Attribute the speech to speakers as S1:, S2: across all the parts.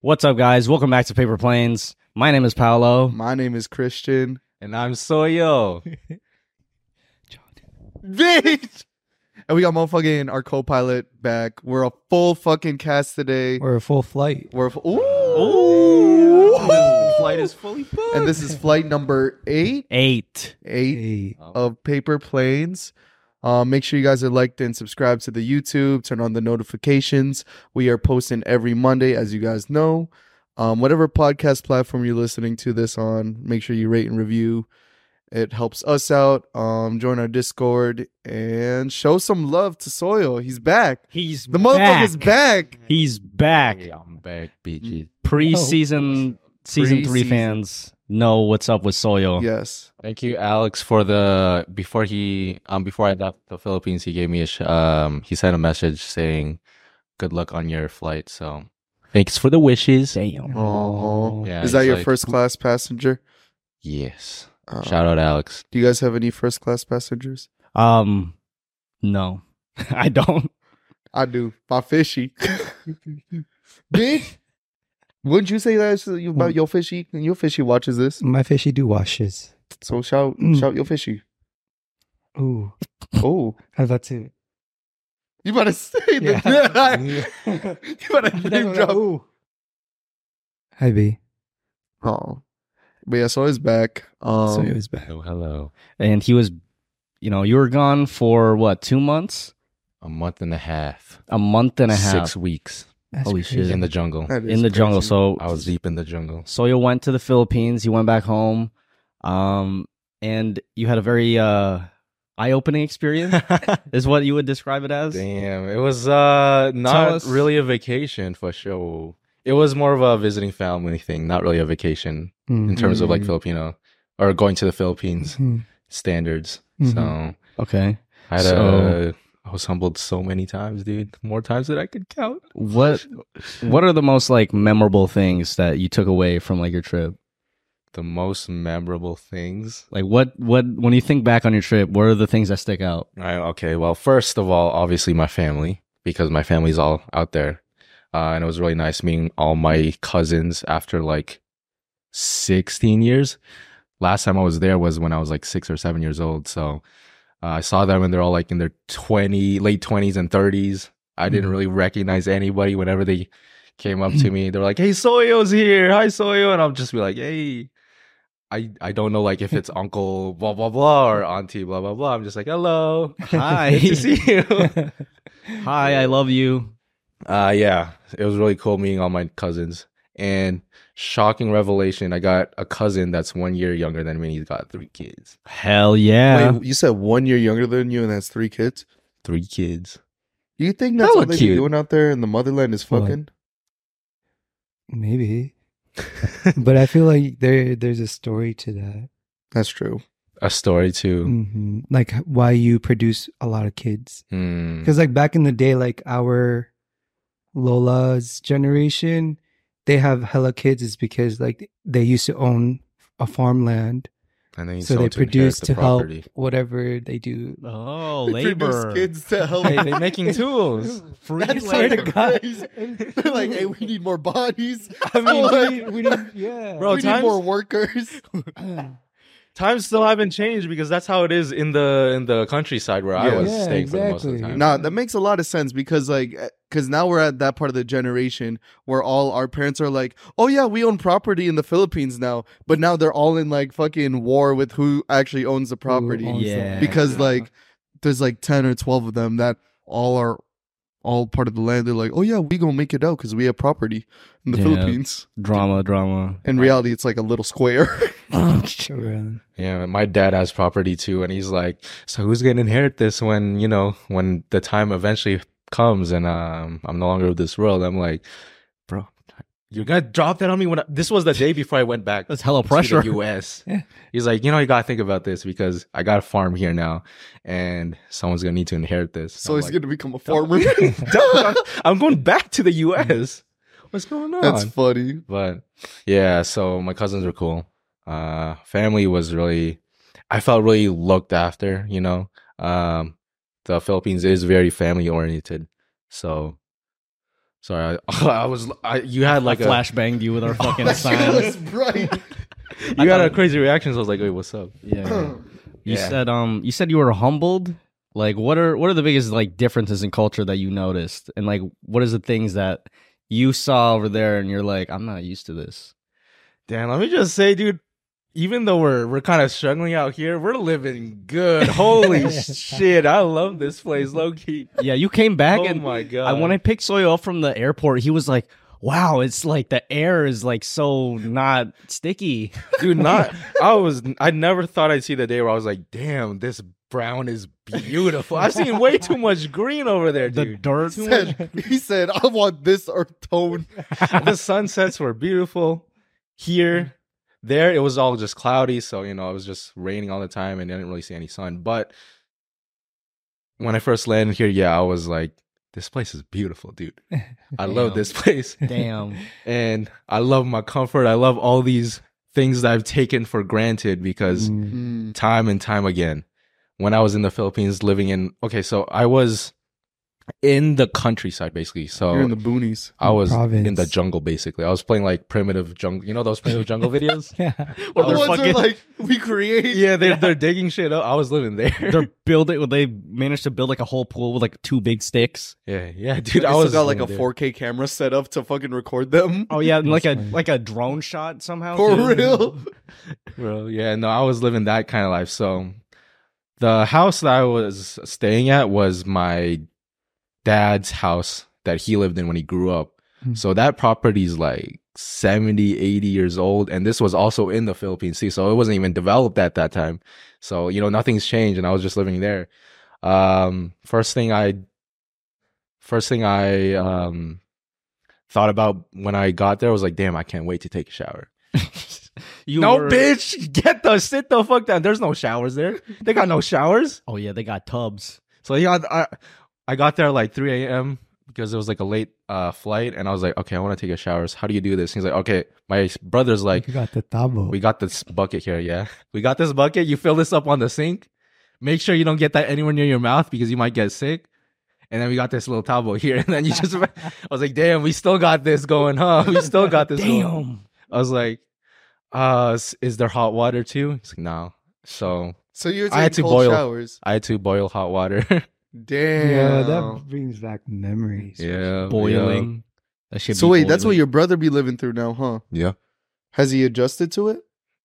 S1: What's up, guys? Welcome back to Paper Planes. My name is Paolo.
S2: My name is Christian.
S3: And I'm Soyo.
S2: Bitch! And we got motherfucking our co pilot back. We're a full fucking cast today.
S4: We're a full flight.
S2: We're a fu- Ooh!
S3: Ooh. Flight is fully booked.
S2: And this is flight number eight,
S1: Eight.
S2: eight
S4: Hey.
S2: of Paper Planes. Um, make sure you guys are liked and subscribed to the YouTube. Turn on the notifications. We are posting every Monday, as you guys know. Um, whatever podcast platform you're listening to this on, make sure you rate and review. It helps us out. Um, join our Discord and show some love to Soil. He's back.
S1: He's
S2: The motherfucker's back.
S1: He's back.
S3: Yeah, I'm back, bitches.
S1: Pre-season, season three
S2: Pre-season.
S1: fans know what's up with
S3: Oh.
S1: Soyo.
S2: Yes.
S3: Thank you, Alex, for the before he um before I left the Philippines, he gave me a sh- um he sent a message saying, "Good luck on your flight." So, thanks for the wishes.
S1: Damn.
S2: Oh.
S3: Yeah,
S2: Is that
S3: he's
S2: your
S3: like-
S2: first class passenger?
S3: Yes.
S2: Uh,
S3: Shout out, Alex.
S2: Do you guys have any first class passengers?
S1: Um, no, I don't.
S2: I do. My fishy. Bitch. Wouldn't you say that to you
S4: Mm.
S2: about your fishy? And your fishy watches this.
S4: My fishy do washes.
S2: So shout
S4: Mm.
S2: shout your fishy.
S4: Ooh,
S2: Oh.
S4: how's that too?
S2: You better say that. you better name drop.
S4: Ooh. Hi B.
S2: Oh. But yeah, so he's back. Um
S4: so it was back.
S3: Oh, hello.
S1: And he was, you know, you were gone for what? Two months?
S3: A month and a half.
S1: A month and a half.
S3: Six weeks
S4: That's
S1: Holy
S4: crazy.
S1: shit.
S3: in the jungle.
S2: that is
S1: in the
S2: crazy.
S1: jungle. So
S3: I was deep in the jungle.
S1: Soyo went to the Philippines. He went back home, um, and you had a very uh, eye-opening experience. is what you would describe it as?
S3: Damn, it was uh not
S1: us-
S3: really a vacation for sure. It was more of a visiting family thing, not really a vacation in
S4: Mm.
S3: terms of like
S2: Mhm.
S3: Filipino or going to the Philippines
S4: Mm.
S3: standards. So
S4: Mhm.
S1: Okay.
S3: I had
S1: So-
S3: a, I was humbled so many times, dude. More times than I could count.
S1: What What are the most like memorable things that you took away from like your trip?
S3: The most memorable things.
S1: Like what what when you think back on your trip, what are the things that stick out?
S3: Right. Okay. Well, first of all, obviously my family because my family's all out there, uh, and it was really nice meeting all my cousins after like sixteen years. Last time I was there was when I was like six or seven years old, so uh, I saw them and they're all like in their twenty, late twenties and thirties. I didn't
S4: Mhm.
S3: really recognize anybody whenever they came up to me. They're like, "Hey, Soyo's here! Hi, Soyo!" And I'll just be like, "Hey." I, I don't know like if it's uncle blah blah blah or auntie blah blah blah. I'm just like hello
S1: Hi.
S3: Good to see
S4: Mm-hmm.
S3: you.
S1: Hi, I love you.
S3: uh, yeah, it was really cool meeting all my cousins. And shocking revelation, I got a cousin that's one year younger than me. He's got three kids.
S1: Hell yeah.
S2: Wait, you said one year younger than you and that's three kids?
S3: Three kids.
S2: You think that's
S3: Hella
S2: what they're
S3: cute.
S2: doing out there in the motherland is
S4: What?
S2: fucking?
S4: Maybe. but I feel like there there's a story to that.
S2: That's true.
S3: A story too.
S4: hmm Like why you produce a lot of kids.
S3: Mm.
S4: Because like back in the day, like our Lola's generation, they have hella kids is because like they used to own a farmland,
S3: And then you
S4: so
S3: sold
S4: they
S3: inherit
S4: produce
S3: the
S4: to help
S3: property.
S4: whatever they do.
S1: Oh,
S2: They produce
S1: labor.
S2: kids to help.
S3: Hey, they're making tools.
S1: Free
S2: That's
S4: swear
S1: labor.
S4: to God.
S2: crazy. They're like, hey, we need more bodies.
S3: I
S2: Like,
S3: mean,
S4: we didn't, yeah,
S3: Bro,
S2: we need
S3: times-
S2: more workers.
S3: times still haven't changed because that's how it is in the Uh, in the countryside where I
S2: Yeah.
S3: was
S4: Yeah,
S3: staying for the most of the
S4: exactly.
S3: time.
S2: No, that makes a lot of sense because like because now we're at that part of the generation where all our parents are like, oh yeah, we own property in the Philippines now, but now they're all in like fucking war with who actually owns the property
S1: owns Yeah.
S2: because like there's like ten or twelve of them that all are all part of the land. They're like, oh yeah, we gonna make it out because we have property in the
S1: Yeah.
S2: Philippines.
S1: Drama, drama.
S2: In reality, it's like a little square.
S4: Oh,
S3: Yeah, my dad has property too, and he's like, "So who's gonna inherit this when you know when the time eventually comes and um, I'm no longer of this world?" I'm like, "Bro, you're gonna drop that on me when I, this was the day before I went back
S1: That's hella
S3: to
S1: pressure.
S3: the U.S."
S4: Yeah.
S3: He's like, "You know, you gotta think about this because I got a farm here now, and someone's gonna need to inherit this."
S2: so
S3: I'm
S2: he's
S3: like,
S2: gonna become a farmer.
S3: "Duh, I'm going back to the U.S. What's going on?
S2: That's funny.
S3: but yeah so my cousins were cool uh family was really i felt really looked after you know um the philippines is very family oriented so Sorry, I, I was. I, you had
S1: Like
S3: like
S1: Oh,
S3: a.
S1: flash banged you with our fucking
S2: That shit
S1: sign.
S2: was bright.
S3: You had a
S1: thought-
S3: crazy reaction. So I was like, "Wait, what's up?"
S1: Yeah. yeah. You
S3: Yeah.
S1: said um you said you were humbled. Like what are what are the biggest like differences in culture that you noticed? And like what is the things that you saw over there and you're like, I'm not used to this.
S3: Damn, let me just say, dude. Even though we're we're kind of struggling out here, we're living good. Holy shit, I love this place, low key.
S1: Yeah, you came back
S3: Oh
S1: and
S3: my god!
S1: I, when I picked Soy up from the airport, he was like, Wow, it's like the air is like so not sticky.
S3: dude not i was i never thought i'd see the day where i was like damn this brown is beautiful i've seen way too much green over there
S1: The
S3: dude
S1: dirt
S2: Said- he said, "I want this earth tone."
S3: the sunsets were beautiful here there it was all just cloudy so you know it was just raining all the time and i didn't really see any sun but when i first landed here yeah i was like this place is beautiful dude i love
S1: Damn.
S3: this place
S1: Damn.
S3: and i love my comfort i love all these things that i've taken for granted because
S4: Mm.
S2: Mm,
S3: time and time again when I was in the Philippines living in okay, so I was in the countryside basically. So
S2: You're in the boonies.
S3: I was in the
S4: Province.
S3: jungle basically. I was playing like primitive jungle, you know those primitive jungle videos?
S4: Yeah.
S1: Or
S2: the
S1: they're
S2: ones
S1: fucking
S2: are like we create.
S3: yeah, they they're digging shit up. I was living there.
S1: they're building they managed to build like a whole pool with like two big sticks.
S3: yeah, yeah, dude.
S2: I
S3: I
S2: also
S3: was
S2: got like a
S3: living there.
S2: 4K camera set up to fucking record them.
S1: Oh yeah, and like a
S4: That's funny.
S1: like a drone shot somehow.
S2: For
S1: too.
S2: real.
S3: Bro, yeah, no, I was living that kind of life. So the house that I was staying at was my dad's house that he lived in when he grew up.
S4: Hmm.
S3: So that property's like 70, 80 years old. And this was also in the Philippines too. So it wasn't even developed at that time. So, you know, nothing's changed and I was just living there. Um first thing I first thing I um thought about when I got there was like, damn, I can't wait to take a shower
S1: You
S3: no,
S1: were-
S3: bitch, get the sit the fuck down. There's no showers there. They got no showers.
S1: Oh yeah, they got tubs.
S3: So yeah, I I got there like 3 a.m. because it was like a late uh, flight, and I was like, okay, I want to take a shower. How do you do this? He's like, okay, my brother's like,
S4: you got the tabo.
S3: we got this bucket here. Yeah, we got this bucket. You fill this up on the sink. Make sure you don't get that anywhere near your mouth because you might get sick. And then we got this little towel here, and then you just I was like, damn, we still got this going, huh? We still got this. going."
S1: Damn.
S3: I was like, uh, is, is there hot water too? He's like, no. So
S2: So you're taking
S3: I had to
S2: cold
S3: boil.
S2: showers.
S3: I had to boil hot water.
S2: Damn.
S4: yeah, that brings back memories.
S1: Boiling. That should
S2: so wait, that's what your brother be living through now, huh?
S3: Yeah.
S2: Has he adjusted to it?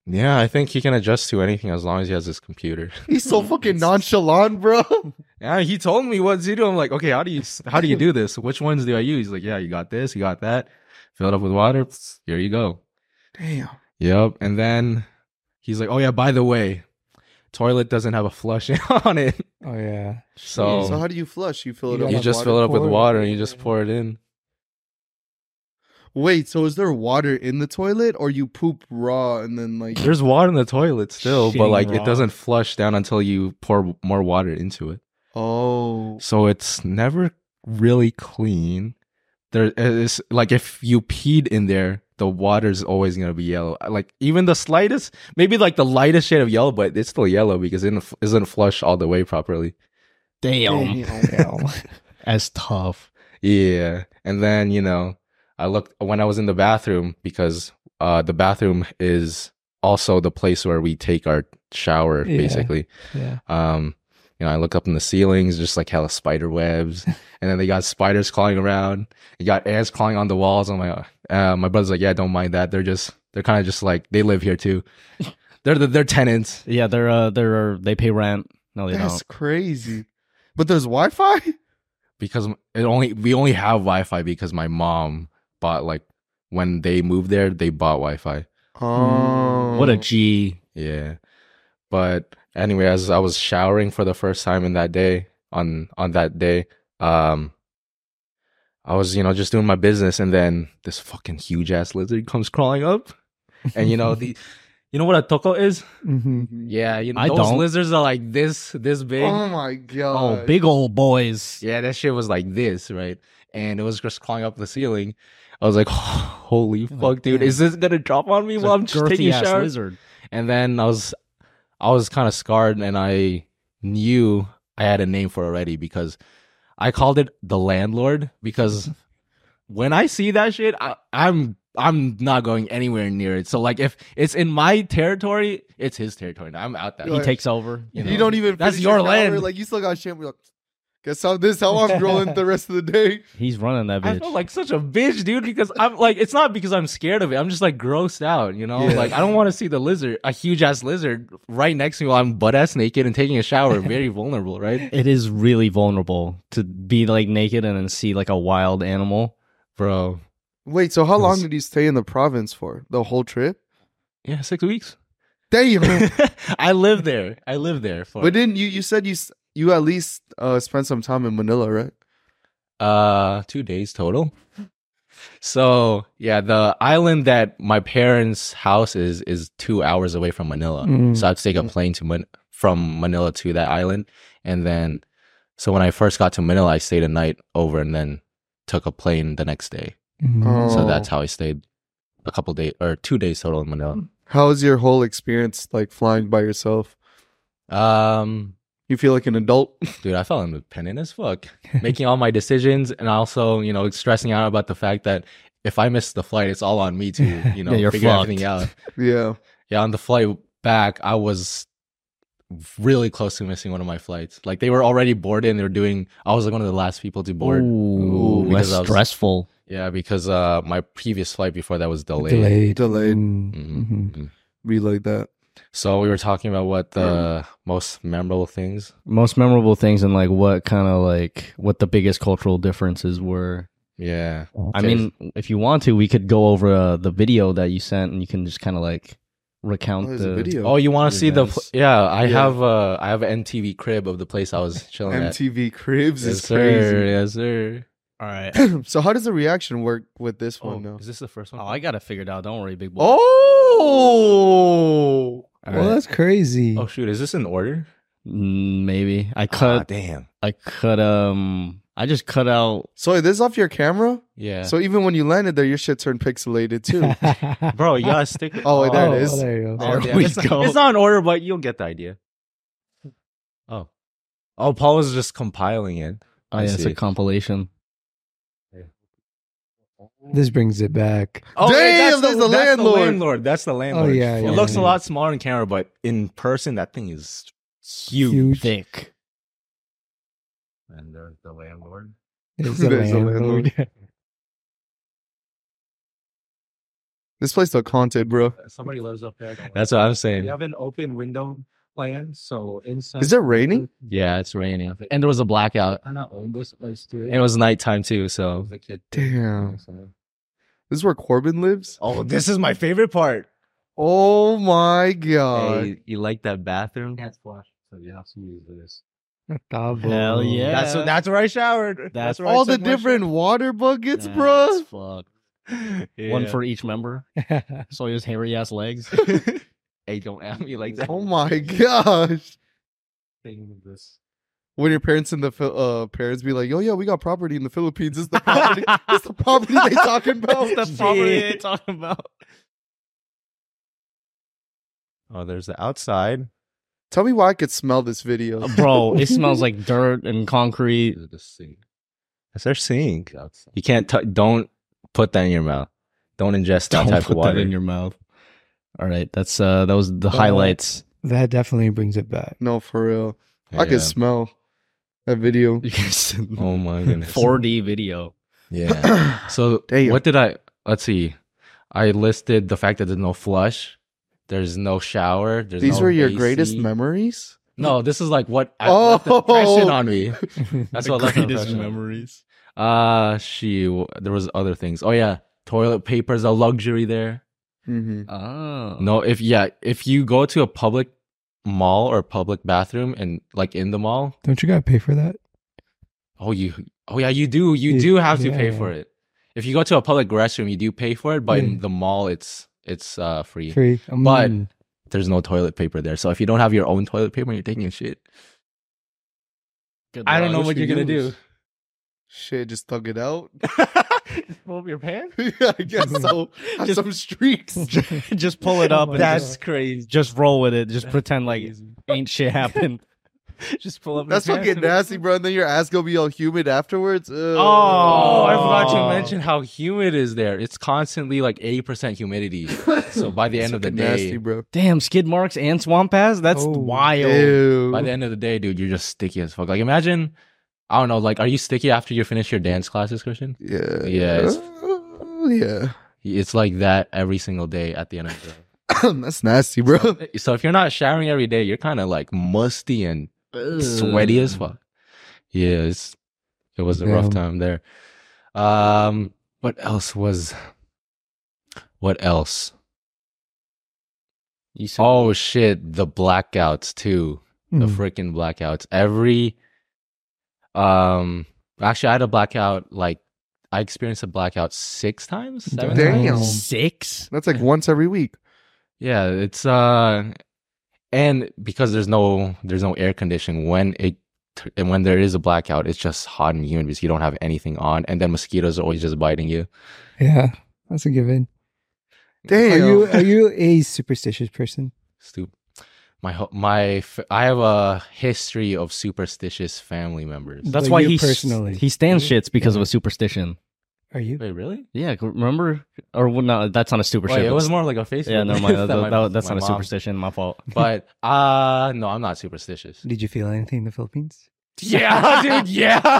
S3: yeah. I think he can adjust to anything as long as he has his computer.
S2: He's so fucking nonchalant, bro.
S3: Yeah, he told me what to do. I'm like, okay, how do you how do you do this? Which ones do I use? He's like, yeah, you got this, you got that. Fill it up with water. Pss, Here you go.
S2: Damn.
S3: Yep. And then he's like, oh yeah, by the way, toilet doesn't have a flush on it.
S4: Oh yeah.
S3: So,
S2: So how do you flush? You fill it
S4: You
S2: up.
S3: you
S2: with
S3: just
S2: water?
S3: fill it up with
S4: Pour it.
S3: water and you just pour it in.
S2: Wait, so is there water in the toilet, or you poop raw and then like?
S3: There's water in the toilet still, but
S1: Shitting
S3: like
S1: raw.
S3: it doesn't flush down until you pour more water into it.
S2: Oh,
S3: So it's never really clean. There is like if you peed in there, the water's always gonna be yellow. Like even the slightest, maybe like the lightest shade of yellow, but it's still yellow because it didn't- isn't flushed all the way properly.
S1: damn.
S4: Damn.
S1: That's tough.
S3: Yeah. And then, you know, I looked when I was in the bathroom because uh the bathroom is also the place where we take our shower
S4: Yeah.
S3: basically.
S4: yeah.
S3: Um, you know, I look up in the ceilings, just like hella spider webs, and then they got spiders crawling around. You got ants crawling on the walls. I'm like, uh, my brother's like, yeah, don't mind that. They're just, they're kind of just like they live here too. They're the, they're tenants.
S1: Yeah, they're uh they're they pay rent. No, they
S2: that's crazy. But there's Wi-Fi.
S3: because it only we only have Wi-Fi because my mom bought like when they moved there, they bought Wi-Fi.
S2: Oh,
S1: don't. Mm,
S2: Um,
S1: What a G.
S3: Yeah. But anyway, as I was showering for the first time in that day on on that day, um I was, you know, just doing my business and then this fucking huge ass lizard comes crawling up. And you know, the you know what a toko is?
S4: hmm
S2: Mm-hmm.
S3: Yeah, you know
S1: I
S3: those
S1: don't. Um,
S3: lizards are like this this big.
S2: Oh my god.
S1: Oh, big old boys.
S3: Yeah, that shit was like this, right? And it was just crawling up the ceiling. I was like, holy
S1: like,
S3: fuck, dude,
S1: damn.
S3: is this gonna drop on me
S1: It's
S3: while
S1: a
S3: I'm just
S1: girthy
S3: taking a
S1: ass
S3: shower?
S1: lizard.
S3: And then I was I was kind of scarred and I knew I had a name for it already because I called it the landlord because when I see that shit, I, I'm I'm not going anywhere near it. So like if it's in my territory, it's his territory. Now. I'm out that.
S2: He
S1: He takes over.
S3: You
S2: You,
S3: know,
S2: don't even.
S3: that's
S2: finish
S3: your
S2: hour,
S3: land.
S2: Like you still got shit. We're like, guess how this how I'm rolling the rest of the day.
S1: He's running that
S3: I
S1: bitch.
S3: feel like such a bitch, dude, because I'm like, it's not because I'm scared of it. I'm just like grossed out, you know?
S2: Yeah.
S3: Like, I don't want to see the lizard, a huge ass lizard, right next to me while I'm butt ass naked and taking a shower. Very vulnerable, right?
S1: it is really vulnerable to be like naked and then see like a wild animal. uh,
S3: Bro.
S2: Wait, so how long
S3: Yes.
S2: did he stay in the province for? The whole trip?
S3: Yeah, six weeks.
S2: Damn.
S3: I live there. I live there for.
S2: but didn't you? You said you s- you at least uh, spent some time in Manila, right?
S3: Uh, two days total. So yeah, the island that my parents' house is is two hours away from Manila.
S4: Mm.
S3: So I had to take a
S2: Mm.
S3: plane to Man- from Manila to that island, and then so when I first got to Manila, I stayed a night over, and then took a plane the next day.
S4: Mhm.
S2: Oh.
S3: So that's how I stayed a couple days or two days total in Manila.
S2: How was your whole experience like flying by yourself?
S3: Um,
S2: You feel like an adult?
S3: dude, I felt independent as fuck, making all my decisions, and also you know stressing out about the fact that if I miss the flight, it's all on me to you know
S1: Yeah, you're
S3: figure
S1: fucked.
S3: everything out.
S2: yeah.
S3: Yeah, on the flight back, I was really close to missing one of my flights. Like they were already boarded and they were doing I was like one of the last people to board.
S1: Ooh,
S3: because
S1: that's
S3: I was-
S1: stressful.
S3: Yeah, because uh my previous flight before that was
S4: Delayed.
S3: delayed.
S2: Delayed.
S4: Mm.
S3: Mhm.
S1: Mm-hmm.
S4: Mhm.
S2: Be like that.
S3: So we were talking about what the most memorable things.
S1: Most memorable things and like what kind of like what the biggest cultural differences were.
S3: Yeah.
S1: I
S3: Okay.
S1: mean, if you want to, we could go over uh, the video that you sent and you can just kind of like recount
S2: there's
S1: the
S2: a video.
S3: Oh, you want to see the pl-
S1: Yes.
S3: Yeah, I
S2: Yeah.
S3: have uh I have an MTV crib of the place I was chilling at.
S2: MTV Cribs
S3: Yes,
S2: is
S3: sir.
S2: crazy.
S3: Yes, sir.
S1: All right.
S2: so how does the reaction work with this
S3: Oh,
S2: one now?
S3: is this the first one?
S1: Oh, I got it figured out. Don't worry, big boy.
S2: Oh.
S1: All
S4: Well,
S1: right.
S4: that's crazy.
S3: Oh shoot, is this in order?
S1: Mm, maybe I
S3: Ah,
S1: cut.
S3: damn.
S1: I cut. Um, I just cut out.
S2: So this is off your camera?
S3: Yeah.
S2: So even when you landed there, your shit turned pixelated too.
S3: Bro, you gotta stick.
S2: Oh, there it is.
S4: Oh, there you go.
S1: There
S3: Oh, damn.
S1: we
S3: it's,
S1: go.
S3: Not, it's not in order, but you'll get the idea. Oh. Oh, Paul was just compiling it.
S1: Oh,
S3: I
S1: yeah, it's a
S3: see.
S1: compilation.
S4: This brings it back.
S3: Oh,
S2: Damn, that's the landlord.
S3: landlord. That's the landlord.
S4: Oh, yeah,
S3: It
S4: yeah,
S3: looks
S4: yeah.
S3: a lot smaller in camera, but in person, that thing is huge.
S4: Huge.
S1: Thick.
S3: And there's the landlord.
S4: It's a
S2: There's a
S4: landlord.
S2: this place look haunted, bro.
S5: somebody lives up there. don't worry.
S3: That's what I'm saying.
S5: we have an open window plan, so inside.
S2: Is it raining?
S3: Yeah, it's raining. And there was a blackout.
S5: I don't own this place too.
S3: And it was nighttime too, so.
S5: The kid.
S2: Damn. This is where Corbin lives?
S3: Oh, this is my favorite part.
S2: Oh my god.
S3: hey, you like that bathroom?
S5: That's flash. So you have to use this.
S4: Tabo.
S1: Hell yeah.
S3: That's that's where I showered.
S1: That's
S3: where I
S2: All the
S3: took my shower.
S2: different water buckets,
S1: That's
S2: bro.
S1: fucked. One
S3: One for
S1: for each member. So his hairy ass legs.
S3: hey, don't at me like that.
S2: Oh my gosh.
S5: Thing with this.
S2: When your parents in the Phil- uh, parents be like, "Yo, yeah, we got property in the Philippines. It's the property. it's the property they talking about."
S1: That's the property they talking about.
S3: Oh, there's the outside.
S2: Tell me why I could smell this video.
S1: Uh, Bro, it smells like dirt and concrete.
S5: Is the sink
S3: That's their sink.
S5: outside?
S3: You can't. T- don't put that in your mouth. Don't ingest that
S1: Don't
S3: type
S1: put
S3: of water.
S1: that in your mouth. All right, that's uh, that was the highlights.
S4: That definitely brings it back.
S2: No, for real. I could smell that video.
S3: Oh my goodness.
S1: 4D video.
S3: Yeah. So
S2: Damn.
S3: what did I? Let's see. I listed the fact that there's no flush. There's no shower. There's
S2: These
S3: no
S2: were your
S3: AC.
S2: greatest memories.
S3: No, this is like what I
S2: Oh.
S3: left impression on me. That's what left
S1: greatest
S3: impression.
S1: memories.
S3: Uh she w- there was other things. Oh yeah, toilet paper is a luxury there.
S2: Mm-hmm.
S1: Oh
S3: No, if yeah, if you go to a public mall or public bathroom and like in the mall,
S4: Don't you gotta pay for that?
S3: oh you oh yeah, you do. You
S4: Yeah,
S3: do have to pay
S4: yeah.
S3: for it. If you go to a public restroom, you do pay for it, but
S4: Yeah.
S3: in the mall it's it's uh free.
S4: Free. Mm.
S3: But- There's no toilet paper there. So if you don't have your own toilet paper, you're taking a shit.
S1: Good
S3: I don't
S1: luck.
S3: know
S2: What
S3: what
S2: you
S3: you're gonna
S2: use?
S3: do.
S2: Shit, just thug it out.
S5: Pull up your pants.
S2: I guess so. Have
S1: Just-
S2: some streaks.
S1: just pull it
S4: Oh
S1: up
S4: my
S1: and
S4: God.
S1: just,
S4: That's
S1: crazy. Just roll with it. Just pretend like
S5: Easy.
S1: ain't shit happened.
S5: Just pull up. your
S2: That's
S5: pants
S2: fucking
S5: and be-
S2: nasty, bro. And then your ass gonna be all humid afterwards. Ugh.
S3: Oh, I
S5: Oh.
S3: forgot to mention how humid is there. It's constantly like 80% humidity. So by the end of the
S2: Fucking
S3: day,
S2: nasty, bro.
S1: Damn, skid marks and swamp pass? That's
S4: Oh,
S1: wild.
S2: Ew.
S3: by the end of the day, dude, you're just sticky as fuck. Like imagine, I don't know, like are you sticky after you finish your dance classes, Christian?
S2: Yeah.
S3: Yeah, it's-
S2: Uh, yeah.
S3: It's like that every single day at the end of the day.
S2: That's nasty, bro.
S3: So if you're not showering every day, you're kind of like musty and sweaty as fuck. Yeah, it's, it was a rough
S4: Damn.
S3: time there. Um, what else was? What else?
S1: You sound-
S3: Oh shit, the blackouts too. The
S4: Mm.
S3: freaking blackouts. Every um actually I had a blackout like I experienced a blackout six times, seven
S2: Damn.
S3: times.
S1: Six?
S2: That's like once every week.
S3: Yeah, it's uh and because there's no there's no air conditioning when it and when there is a blackout, it's just hot and humid because you don't have anything on and then mosquitoes are always just biting you.
S4: Yeah, that's a given.
S2: Damn.
S4: Are you are you a superstitious person?
S3: Stupid. My ho- my f- I have a history of superstitious family members.
S1: That's
S4: But
S1: why
S4: you
S1: he
S4: personally.
S1: personally he stands
S4: Yeah.
S1: shits because of a superstition.
S4: Are you?
S3: Wait, really?
S1: Yeah, c- remember? Or well, no, that's not a superstition.
S3: Wait, it was more like a face.
S1: yeah, no, my, that, that- that's not a superstition.
S3: superstition.
S1: My fault.
S3: But uh no, I'm not superstitious.
S4: Did you feel anything in the Philippines?
S3: yeah, dude. Yeah.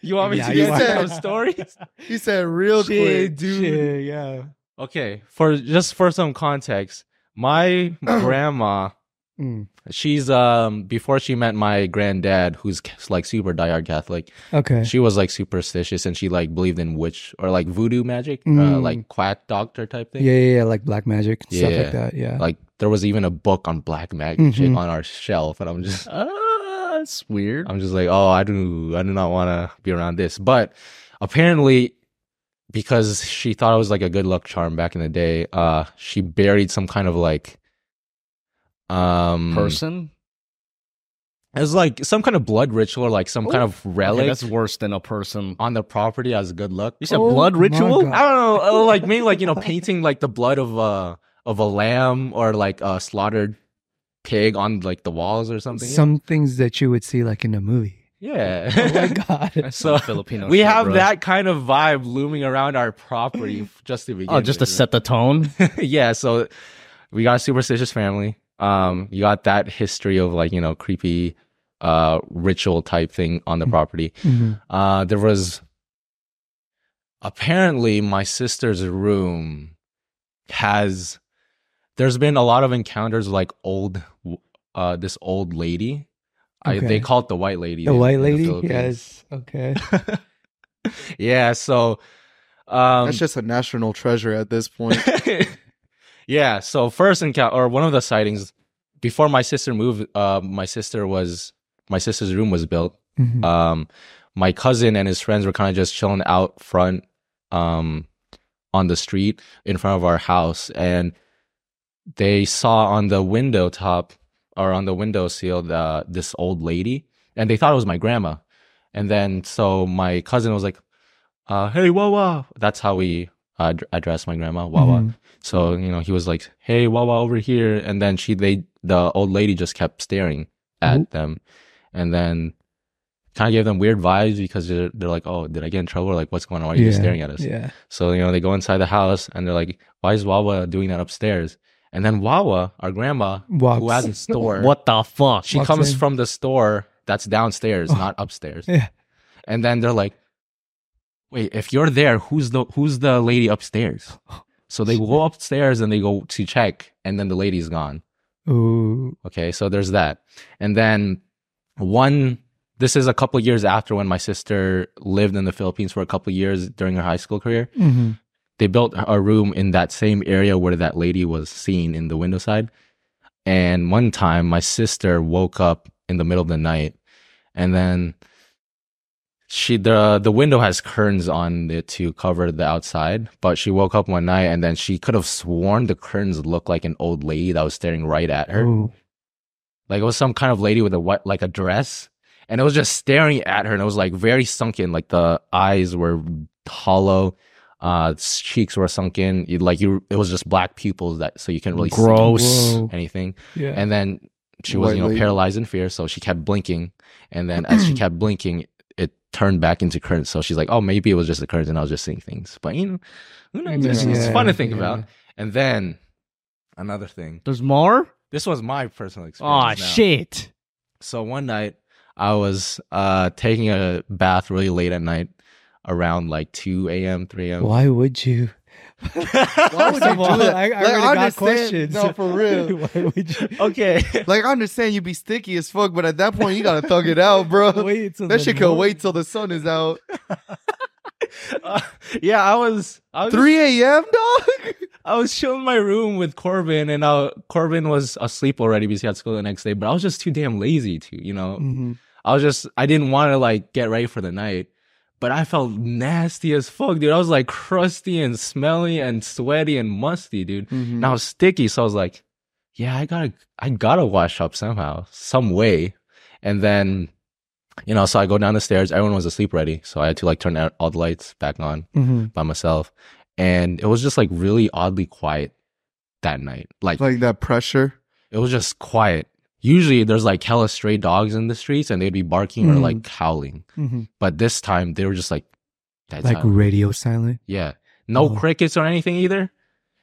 S3: You want me
S4: Yeah,
S3: to
S2: you
S3: get into
S2: are.
S3: those stories?
S2: he said real quick.
S4: Shit, yeah.
S3: Okay, for just for some context, my grandma,
S4: Mm.
S3: she's um before she met my granddad, who's like super diehard Catholic,
S4: Okay.
S3: she was like superstitious and she like believed in witch or like voodoo magic, uh,
S4: Mm.
S3: like quack doctor type thing.
S4: Yeah, yeah, yeah, like black magic and stuff
S3: Yeah.
S4: like that. Yeah.
S3: Like there was even a book on black magic shit
S4: Mhm.
S3: on our shelf, and I'm just
S1: Ah, that's weird.
S3: I'm just like, oh, I do, I do not want to be around this. But apparently, because she thought it was like a good luck charm back in the day, uh, she buried some kind of like, um,
S1: Hmm. Person?
S3: It was like some kind of blood ritual or like some kind of
S1: Oh, Okay,
S3: relic
S1: that's worse than a person.
S3: on the property as good luck.
S1: You said
S4: Oh
S1: blood
S4: my
S1: ritual?
S4: God.
S3: I don't know, uh, like maybe like you know, painting like the blood of uh of a lamb or like a slaughtered pig on like the walls or something.
S4: some things that you would see like in a movie.
S3: yeah.
S4: Oh my god.
S1: That's some
S3: So,
S1: Filipino
S3: we
S1: shit,
S3: have
S1: bro.
S3: that kind of vibe looming around our property f- just to begin.
S1: Oh, just to
S3: with,
S1: set the tone.
S3: right? yeah. So we got a superstitious family. Um, you got that history of like you know creepy, uh, ritual type thing on the
S4: Mhm.
S3: property.
S4: Mhm.
S3: Uh, there was apparently my sister's room has. There's been a lot of encounters like old, w- uh, this old lady. I,
S4: Okay.
S3: they call it the white lady.
S4: The
S3: in-
S4: white
S3: in the
S4: lady?
S3: Philippines.
S4: yes. Okay.
S3: yeah, so um
S2: That's just a national treasure at this point.
S3: yeah, so first encounter or one of the sightings before my sister moved uh my sister was my sister's room was built.
S4: Mhm.
S3: Um my cousin and his friends were kind of just chilling out front um on the street in front of our house and they saw on the window top or on the window seal uh, this old lady and they thought it was my grandma and then so my cousin was like uh, hey wawa that's how we uh, ad- address my grandma wawa
S4: Mhm.
S3: so you know he was like hey wawa over here and then she they the old lady just kept staring at
S4: Ooh.
S3: them and then kind of gave them weird vibes because they're, they're like oh did i get in trouble or like what's going on why are you just
S4: Yeah.
S3: staring at us
S4: Yeah.
S3: so you know they go inside the house and they're like, "Why is Wawa doing that upstairs?" And then Wawa, our grandma, who has a
S4: Walks.
S3: store,
S1: What the fuck?
S3: she
S4: Walks
S3: comes
S4: in.
S3: from the store that's downstairs,
S4: Oh.
S3: not upstairs.
S4: Yeah.
S3: And then they're like, "Wait, if you're there, who's the who's the lady upstairs?"
S4: Oh,
S3: So they go upstairs and they go to check, and then the lady's gone.
S4: Ooh.
S3: Okay, so there's that. And then one this is a couple years after when my sister lived in the Philippines for a couple years during her high school career
S4: Mhm.
S3: they built a room in that same area where that lady was seen in the window side. And one time my sister woke up in the middle of the night and then she the the window has curtains on it to cover the outside, but she woke up one night and then she could have sworn the curtains looked like an old lady that was staring right at her.
S4: Ooh.
S3: Like it was some kind of lady with a what like a dress. And it was just staring at her and it was like very sunken. Like the eyes were hollow, uh s- cheeks were sunken. You, like you it was just black pupils that so you couldn't really
S1: Gross.
S3: see
S4: Whoa.
S3: anything.
S4: Yeah.
S3: And then she was
S2: White
S3: you know
S2: lady.
S3: paralyzed in fear, so she kept blinking, and then as she kept blinking, it turned back into currents. So she's like, "Oh, maybe it was just the currents, and I was just seeing things." But you know, who knows? It's, it's
S4: Yeah,
S3: fun to think
S4: yeah.
S3: about. And then another thing.
S1: There's more?
S3: This was my personal experience.
S1: Aw,
S3: now.
S1: shit.
S3: So one night I was uh taking a bath really late at night, around like two a.m., three a.m.
S4: Why would you?
S2: Why would you
S4: First of
S2: do
S4: all,
S2: that?
S4: I, I
S2: Like,
S4: already got
S2: understand-
S4: questions.
S2: no, for real.
S4: Why would you?
S3: okay.
S2: Like I understand you'd be sticky as fuck, but at that point you gotta thug it out, bro.
S4: Wait till
S2: That
S4: the
S2: shit could
S4: morning.
S2: wait till the sun is out.
S3: Uh, yeah, I was. I was
S2: 3 a.m. dog.
S3: I was chilling in my room with Corbin, and uh, Corbin was asleep already because he had school the next day. But I was just too damn lazy to, you know.
S4: Mhm.
S3: I was just, I didn't want to like get ready for the night. But I felt nasty as fuck, dude. I was like crusty and smelly and sweaty and musty, dude. And I was sticky, so I was like, yeah, I gotta, I gotta wash up somehow, some way. And then, you know, so I go down the stairs. Everyone was asleep already, so I had to like turn out all the lights back on
S4: Mhm.
S3: by myself. And it was just like really oddly quiet that night. Like,
S2: Like that pressure.
S3: it was just quiet. Usually there's like hella stray dogs in the streets and they'd be barking or
S4: Mm.
S3: like howling.
S4: Mhm.
S3: But this time they were just like that's
S4: Like
S3: how-
S4: radio silent.
S3: yeah. No
S2: Uh-huh.
S4: Oh.
S3: crickets or anything either.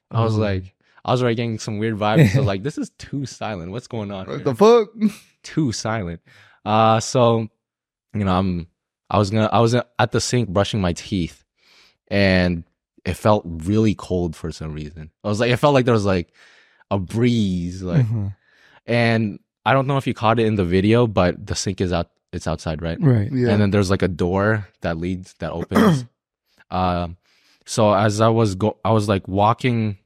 S3: I was
S4: Oh.
S3: like I was already getting some weird vibes. so like this is too silent. What's going on?
S2: What
S3: here?
S2: the fuck?
S3: too silent. Uh so you know, I'm I was gonna I was at the sink brushing my teeth and it felt really cold for some reason. I was like it felt like there was like a breeze like
S2: Mm-hmm.
S4: Mhm.
S3: and I don't know if you caught it in the video but the sink is out it's outside, right?
S4: Right.
S2: Yeah.
S3: And then there's like a door that leads that opens. um so as I was go I was like walking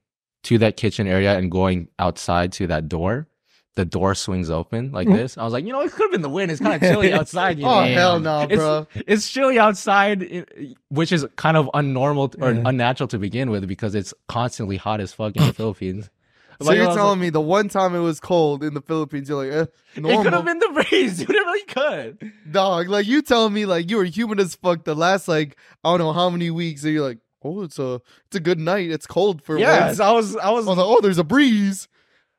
S3: to that kitchen area and going outside to that door. The door swings open like
S4: Mm.
S3: this. I was like, you know, it could have been the wind. It's kind of chilly outside. You
S2: oh
S3: know?
S2: hell no,
S3: It's-
S2: bro.
S3: It's chilly outside, i- which is kind of unnormal t- or
S4: Yeah.
S3: unnatural to begin with because it's constantly hot as fuck in the Philippines.
S2: So
S3: Like, I
S2: you're
S3: was
S2: telling me the one time it was cold in the Philippines, you're like, eh,
S3: like, it could
S2: normal.
S3: have been the breeze. dude. It really could.
S2: Dog, like you telling me like you were human as fuck the last like I don't know how many weeks and you're like, Oh, it's a it's a good night. It's cold for once.
S3: Yes, I was. I
S2: I
S3: was
S2: was like, oh, there's a breeze.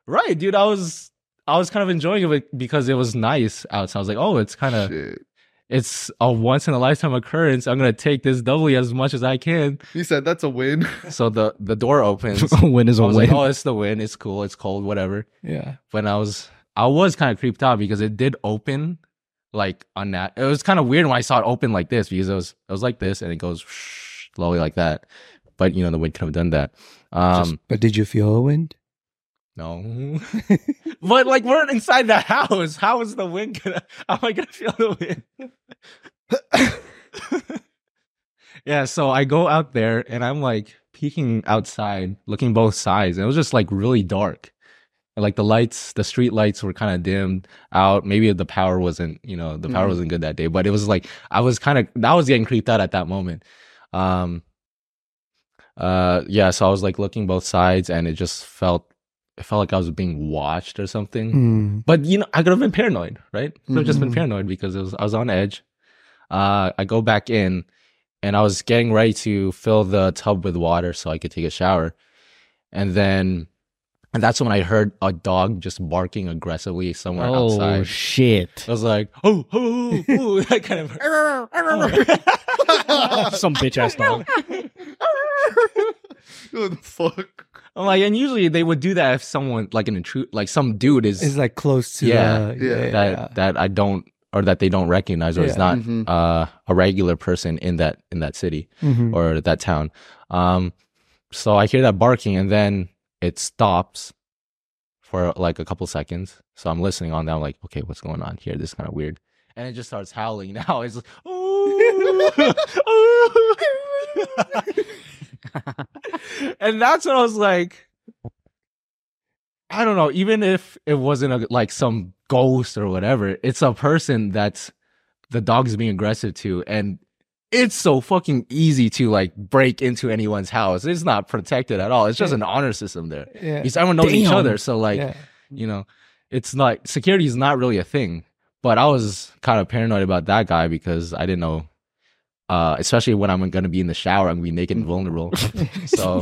S3: right, dude. I was. I was kind of enjoying it because it was nice outside. I was like, oh, it's kind of.
S2: Shit.
S3: It's a once in a lifetime occurrence. I'm gonna take this doubly as much as I can.
S2: You said that's a win.
S3: So the the door opens. I
S1: win is a
S3: was like,
S1: win.
S3: oh, it's the wind. It's cool. It's cold. Whatever.
S4: Yeah.
S3: when I was I was kind of creeped out because it did open like on that. It was kind of weird when I saw it open like this because it was it was like this and it goes slowly like that. But you know the wind could have done that. Um
S4: Just- but did you feel a wind?
S3: no. but like we're inside the house. How is the wind gonna how am I gonna feel the wind? yeah, so I go out there and I'm like peeking outside, looking both sides, and it was just like really dark. And, like the lights, the street lights were kind of dimmed out. Maybe the power wasn't, you know, the power
S2: Mhm.
S3: wasn't good that day. But it was like I was kind of I was getting creeped out at that moment. Um uh yeah, so I was like looking both sides and it just felt it felt like I was being watched or something.
S4: Mm.
S3: But you know, I could have been paranoid, right? Could have just been
S4: Mhm.
S3: paranoid because it was I was on edge. Uh, I go back in, and I was getting ready to fill the tub with water so I could take a shower, and then, and that's when I heard a dog just barking aggressively somewhere
S1: oh,
S3: outside.
S1: shit.
S3: I was like, oh, oh, oh, oh, that kind of.
S1: Some bitch ass dog.
S2: what the fuck?
S3: I'm like, and usually they would do that if someone like an intrude, like some dude is
S4: It's like close to
S3: Yeah.
S4: uh,
S2: Yeah.
S3: that that I don't or that they don't recognize or is
S4: Yeah.
S3: not
S2: Mhm.
S3: uh, a regular person in that in that city
S4: Mhm.
S3: or that town. Um, so I hear that barking, and then it stops for like a couple seconds. So I'm listening on that. I'm like, okay, what's going on here? This is kind of weird. And it just starts howling. Now it's like, ooh, ooh. and that's when I was like, I don't know. Even if it wasn't a, like some ghost or whatever, it's a person that's the dog's being aggressive to, and it's so fucking easy to like break into anyone's house. It's not protected at all. It's just an honor system there.
S4: yeah.
S3: Because everyone knows each
S1: Damn.
S3: other. So like,
S4: yeah.
S3: you know, it's not security is not really a thing. But I was kind of paranoid about that guy because I didn't know uh, especially when I'm gonna be in the shower, I'm gonna be naked and vulnerable. So,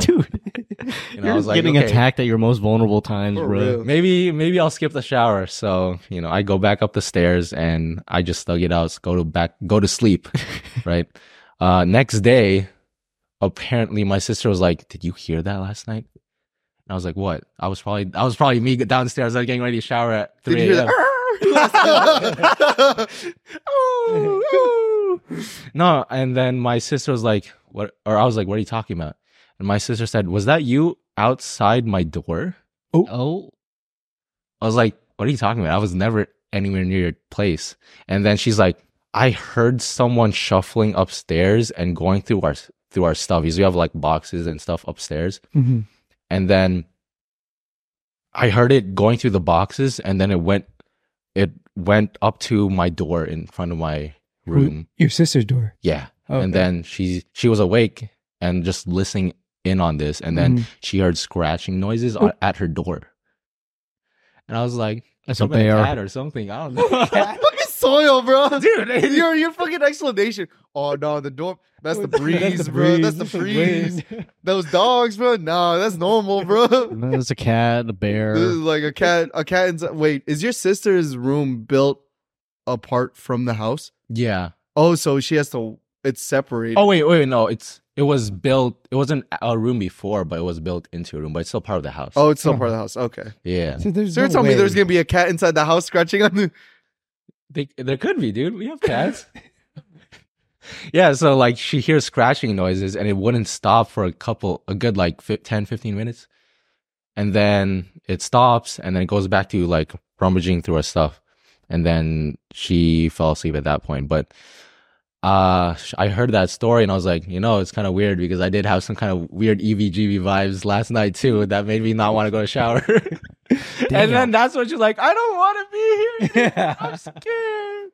S1: Dude,
S3: you know, I
S1: you're
S3: was
S1: just
S3: like,
S1: getting
S3: okay.
S1: attacked at your most vulnerable times,
S2: For
S1: bro.
S2: real.
S3: maybe maybe I'll skip the shower. So you know, I go back up the stairs and I just thug it out. Go to back, go to sleep. right. Uh, next day, apparently my sister was like, "Did you hear that last night?" And I was like, "What?" I was probably I was probably me downstairs. I was getting ready to shower at
S2: Did you
S3: three
S2: hear
S3: a.m.
S2: that?
S3: Ooh, ooh. Oh, no, and then my sister was like, "What?" Or I was like, "What are you talking about?" And my sister said, "Was that you outside my door?"
S1: Oh,
S3: I was like, what are you talking about? I was never anywhere near your place. And then she's like, I heard someone shuffling upstairs and going through our through our stuff. Because we have like boxes and stuff upstairs.
S4: Mhm.
S3: And then I heard it going through the boxes and then it went it went up to my door in front of my room.
S4: Your sister's door.
S3: Yeah.
S4: Oh,
S3: And then she she was awake and just listening in on this and then
S4: Mm-hmm.
S3: she heard scratching noises on, at her door. And I was like,
S1: that's a
S3: some bear
S1: bear.
S3: cat or something. I don't know.
S2: fucking soil, bro.
S3: Dude,
S2: Your your fucking explanation. Oh no, the door. That's the breeze, bro. That's the breeze. Those dogs, bro. Nah, that's normal, bro.
S1: No, It's a cat, a
S2: this is
S1: bear.
S2: like a cat. A cat. Inside. Wait, is your sister's room built apart from the house?
S3: yeah.
S2: Oh, so she has to. It's separated.
S3: Oh wait, wait, no. It's it was built. It wasn't a room before, but it was built into a room. But it's still part of the house.
S2: Oh, it's still
S4: Oh.
S2: part of the house. Okay.
S3: yeah.
S4: So there's
S2: So you're
S4: no
S2: telling me
S4: way.
S2: there's gonna be a cat inside the house scratching on the.
S3: They, there could be, dude. We have cats. yeah. So like, she hears scratching noises, and it wouldn't stop for a couple, a good like fi 10, 15 minutes, and then it stops, and then it goes back to like rummaging through her stuff, and then she fell asleep at that point. But uh sh- I heard that story and I was like, you know, it's kind of weird because I did have some kind of weird E EVGB vibes last night too that made me not want to go to shower. and then that's when she's like, I don't want to be here. I'm scared.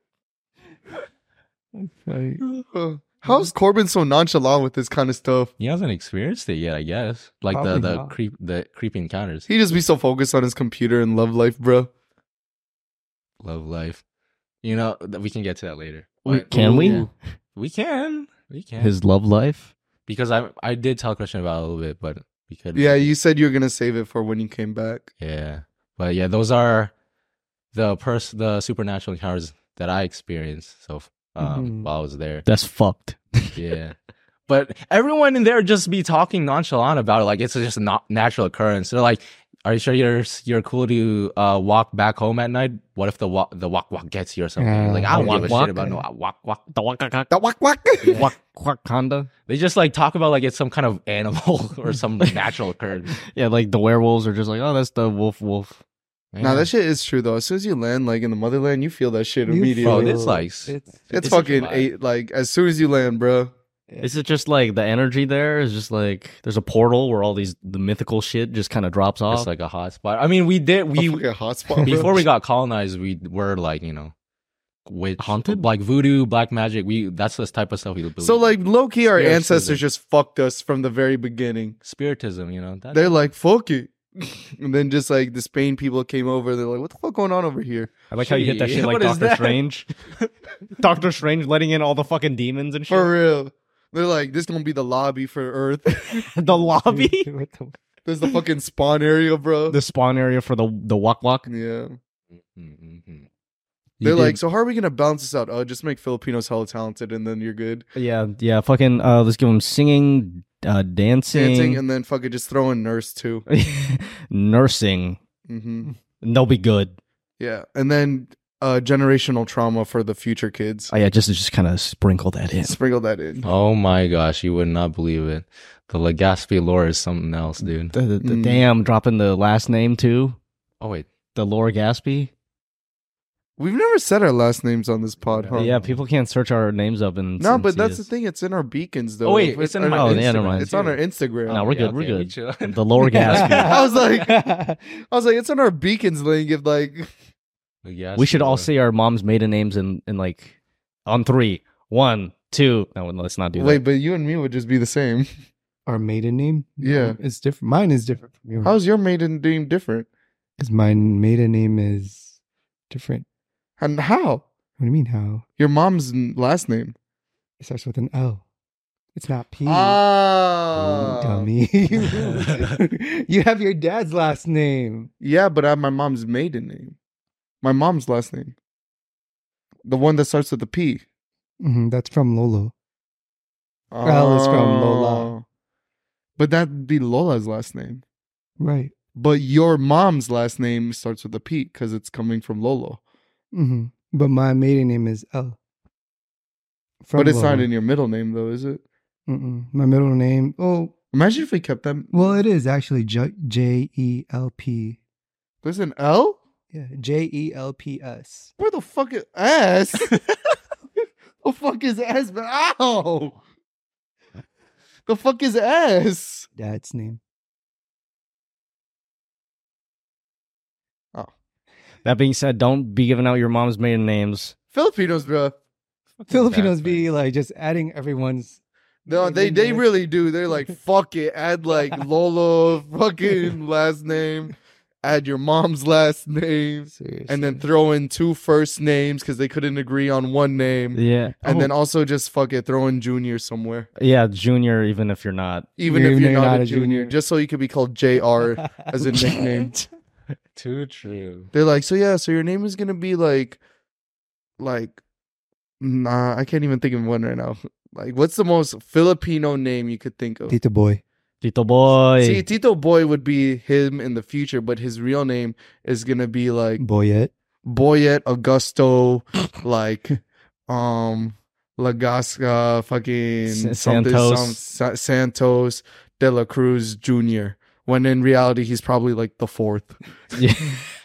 S4: Like,
S2: Uh, How's
S3: Mm-hmm.
S2: Corbin so nonchalant with this kind of stuff?
S3: He hasn't experienced it yet, I guess. Like
S4: Probably
S3: the the
S4: not.
S3: creep the creepy encounters.
S2: He just be so focused on his computer and love life, bro.
S3: Love life. You know, th- we can get to that later.
S1: We-
S3: But-
S1: Can we?
S3: Yeah. We can. We can.
S1: His love life.
S3: because I I did tell Christian about it a little bit, but we could
S2: Yeah, you said you were gonna save it for when you came back.
S3: Yeah. But yeah, those are the pers- the supernatural encounters that I experienced so f- um,
S4: Mhm.
S3: while I was there.
S1: That's fucked.
S3: Yeah. but everyone in there just be talking nonchalant about it like it's just a not natural occurrence. They're like, "Are you sure you're you're cool to uh, walk back home at night? What if the walk the walk walk gets you or something?"
S4: Yeah.
S3: like, I Mm, don't give a
S1: Walk-walk?
S3: shit about no walk walk.
S1: The waka
S2: The whack whack.
S1: Wakanda.
S3: They just like talk about like it's some kind of animal or some natural occurrence.
S1: Yeah, like the werewolves are just like, oh, that's the wolf wolf.
S2: Nah, that shit is true though. As soon as you land like in the motherland, you feel that shit
S4: You
S2: immediately.
S3: Bro,
S4: feel-
S3: it's like it's,
S4: it's-
S2: it's
S3: such a
S2: fucking
S3: vibe.
S2: eight. Like as soon as you land, bro.
S1: Is it just like the energy there is just like there's a portal where all these the mythical shit just kind of drops off?
S3: It's like a hot spot. I mean, we did
S2: We
S3: we
S2: a hotspot
S3: before we got colonized, we were like you know, witch
S1: Haunted?
S3: like voodoo, black magic. We that's the type of stuff we believe.
S2: So like low key, our
S3: Spiritualism.
S2: ancestors just fucked us from the very beginning.
S3: spiritism, you know. That,
S2: They're like fuck it, and then just like the Spain people came over. They're like, what the fuck going on over here?
S1: I like how you hit that
S3: Gee,
S1: shit like
S3: what is
S1: Doctor
S3: that?
S1: Strange. Doctor Strange letting in all the fucking demons and shit.
S2: For real. They're like, this gonna be the lobby for Earth.
S1: the lobby,
S4: What the-
S2: There's the fucking spawn area, bro.
S1: the spawn area for the the walk walk.
S2: yeah.
S3: Mhm.
S2: They're
S3: You
S2: like,
S3: did-
S2: so how are we gonna balance this out? Oh, just make Filipinos hella talented, and then you're good.
S1: Yeah, yeah. Fucking. Uh, let's give them singing, uh, dancing,
S2: Dancing, and then fucking just throw in nurse too.
S1: nursing.
S2: hmm
S1: And they'll be good.
S2: Yeah, and then uh, generational trauma for the future kids.
S1: Oh, yeah, just just kind of sprinkle that in.
S2: Sprinkle that in.
S3: oh my gosh, you would not believe it. The Legaspi lore is something else, dude.
S1: The, the, the
S2: Mm.
S1: damn dropping the last name too.
S3: Oh wait,
S1: The Laura Gaspy.
S2: We've never said our last names on this pod, huh?
S1: Yeah, people can't search our names up and
S2: Oh. No,
S1: and
S2: but
S1: see
S2: that's
S1: us.
S2: the thing. It's in our beacons, though.
S3: Oh, wait,
S2: If
S3: it's in
S2: on
S3: my
S2: our
S1: Oh, yeah, never
S2: Instagram.
S1: mind.
S2: It's on our Instagram.
S1: No, we're good, we're good. The Laura Gaspy.
S2: I was like- I was like, it's on our beacons link. If like,
S1: we should all say our mom's maiden names in, in like on three. One, two. No, let's not do
S2: wait,
S1: that.
S2: but you and me would just be the same.
S4: Our maiden name?
S2: Yeah.
S4: It's different. Mine is different from yours.
S2: How's your maiden name different?
S4: Because my maiden name is different.
S2: And how?
S4: What do you mean, how?
S2: Your mom's n- last name.
S4: It starts with an L. It's not P. Oh.
S2: Ah.
S4: dummy. you have your dad's last name.
S2: Yeah, but I have my mom's maiden name. My mom's last name. The one that starts with a P.
S4: Mhm, that's from Lolo. Well, it's from Lola.
S2: Oh. But that'd be Lola's last name.
S4: Right.
S2: But your mom's last name starts with a P because it's coming from Lolo.
S4: hmm But my maiden name is L. From
S2: but it's not
S4: Lolo.
S2: in your middle name, though, is it?
S4: Mm-mm. My middle name. Oh,
S2: Imagine if we kept them.
S4: well, it is actually J J E L P.
S2: There's an L?
S4: Yeah, J E L P S.
S2: Where the fuck is ass? the fuck is ass? But ow! The fuck is ass?
S4: Dad's name.
S1: That being said, don't be giving out your mom's maiden names.
S2: Filipinos, bro.
S4: Filipinos be like just adding everyone's.
S2: No,
S4: Like,
S2: they
S4: they
S2: they
S4: do it.
S2: really do. They're like, fuck it. Add like Lolo fucking last name. Add your mom's last name.
S4: Seriously.
S2: And then throw in two first names because they couldn't agree on one name.
S1: Yeah.
S2: And
S1: Oh,
S2: then also just fuck it, throw in junior somewhere.
S1: yeah, junior, even if you're not.
S2: Even if you're not, a junior, just so you could be called JR as a nickname.
S5: Too true.
S2: They're like, so yeah, so your name is gonna be like, like, nah, I can't even think of one right now. Like, what's the most Filipino name you could think of?
S4: Tito boy.
S1: Tito boy.
S2: See, Tito Boy would be him in the future, but his real name is gonna be like
S4: Boyette.
S2: Boyet Augusto, like, um, Lagasca, fucking
S1: Sa-
S2: something,
S1: Santos.
S2: some- Sa- Santos De La Cruz Jr. When in reality, he's probably like the fourth.
S1: Yeah.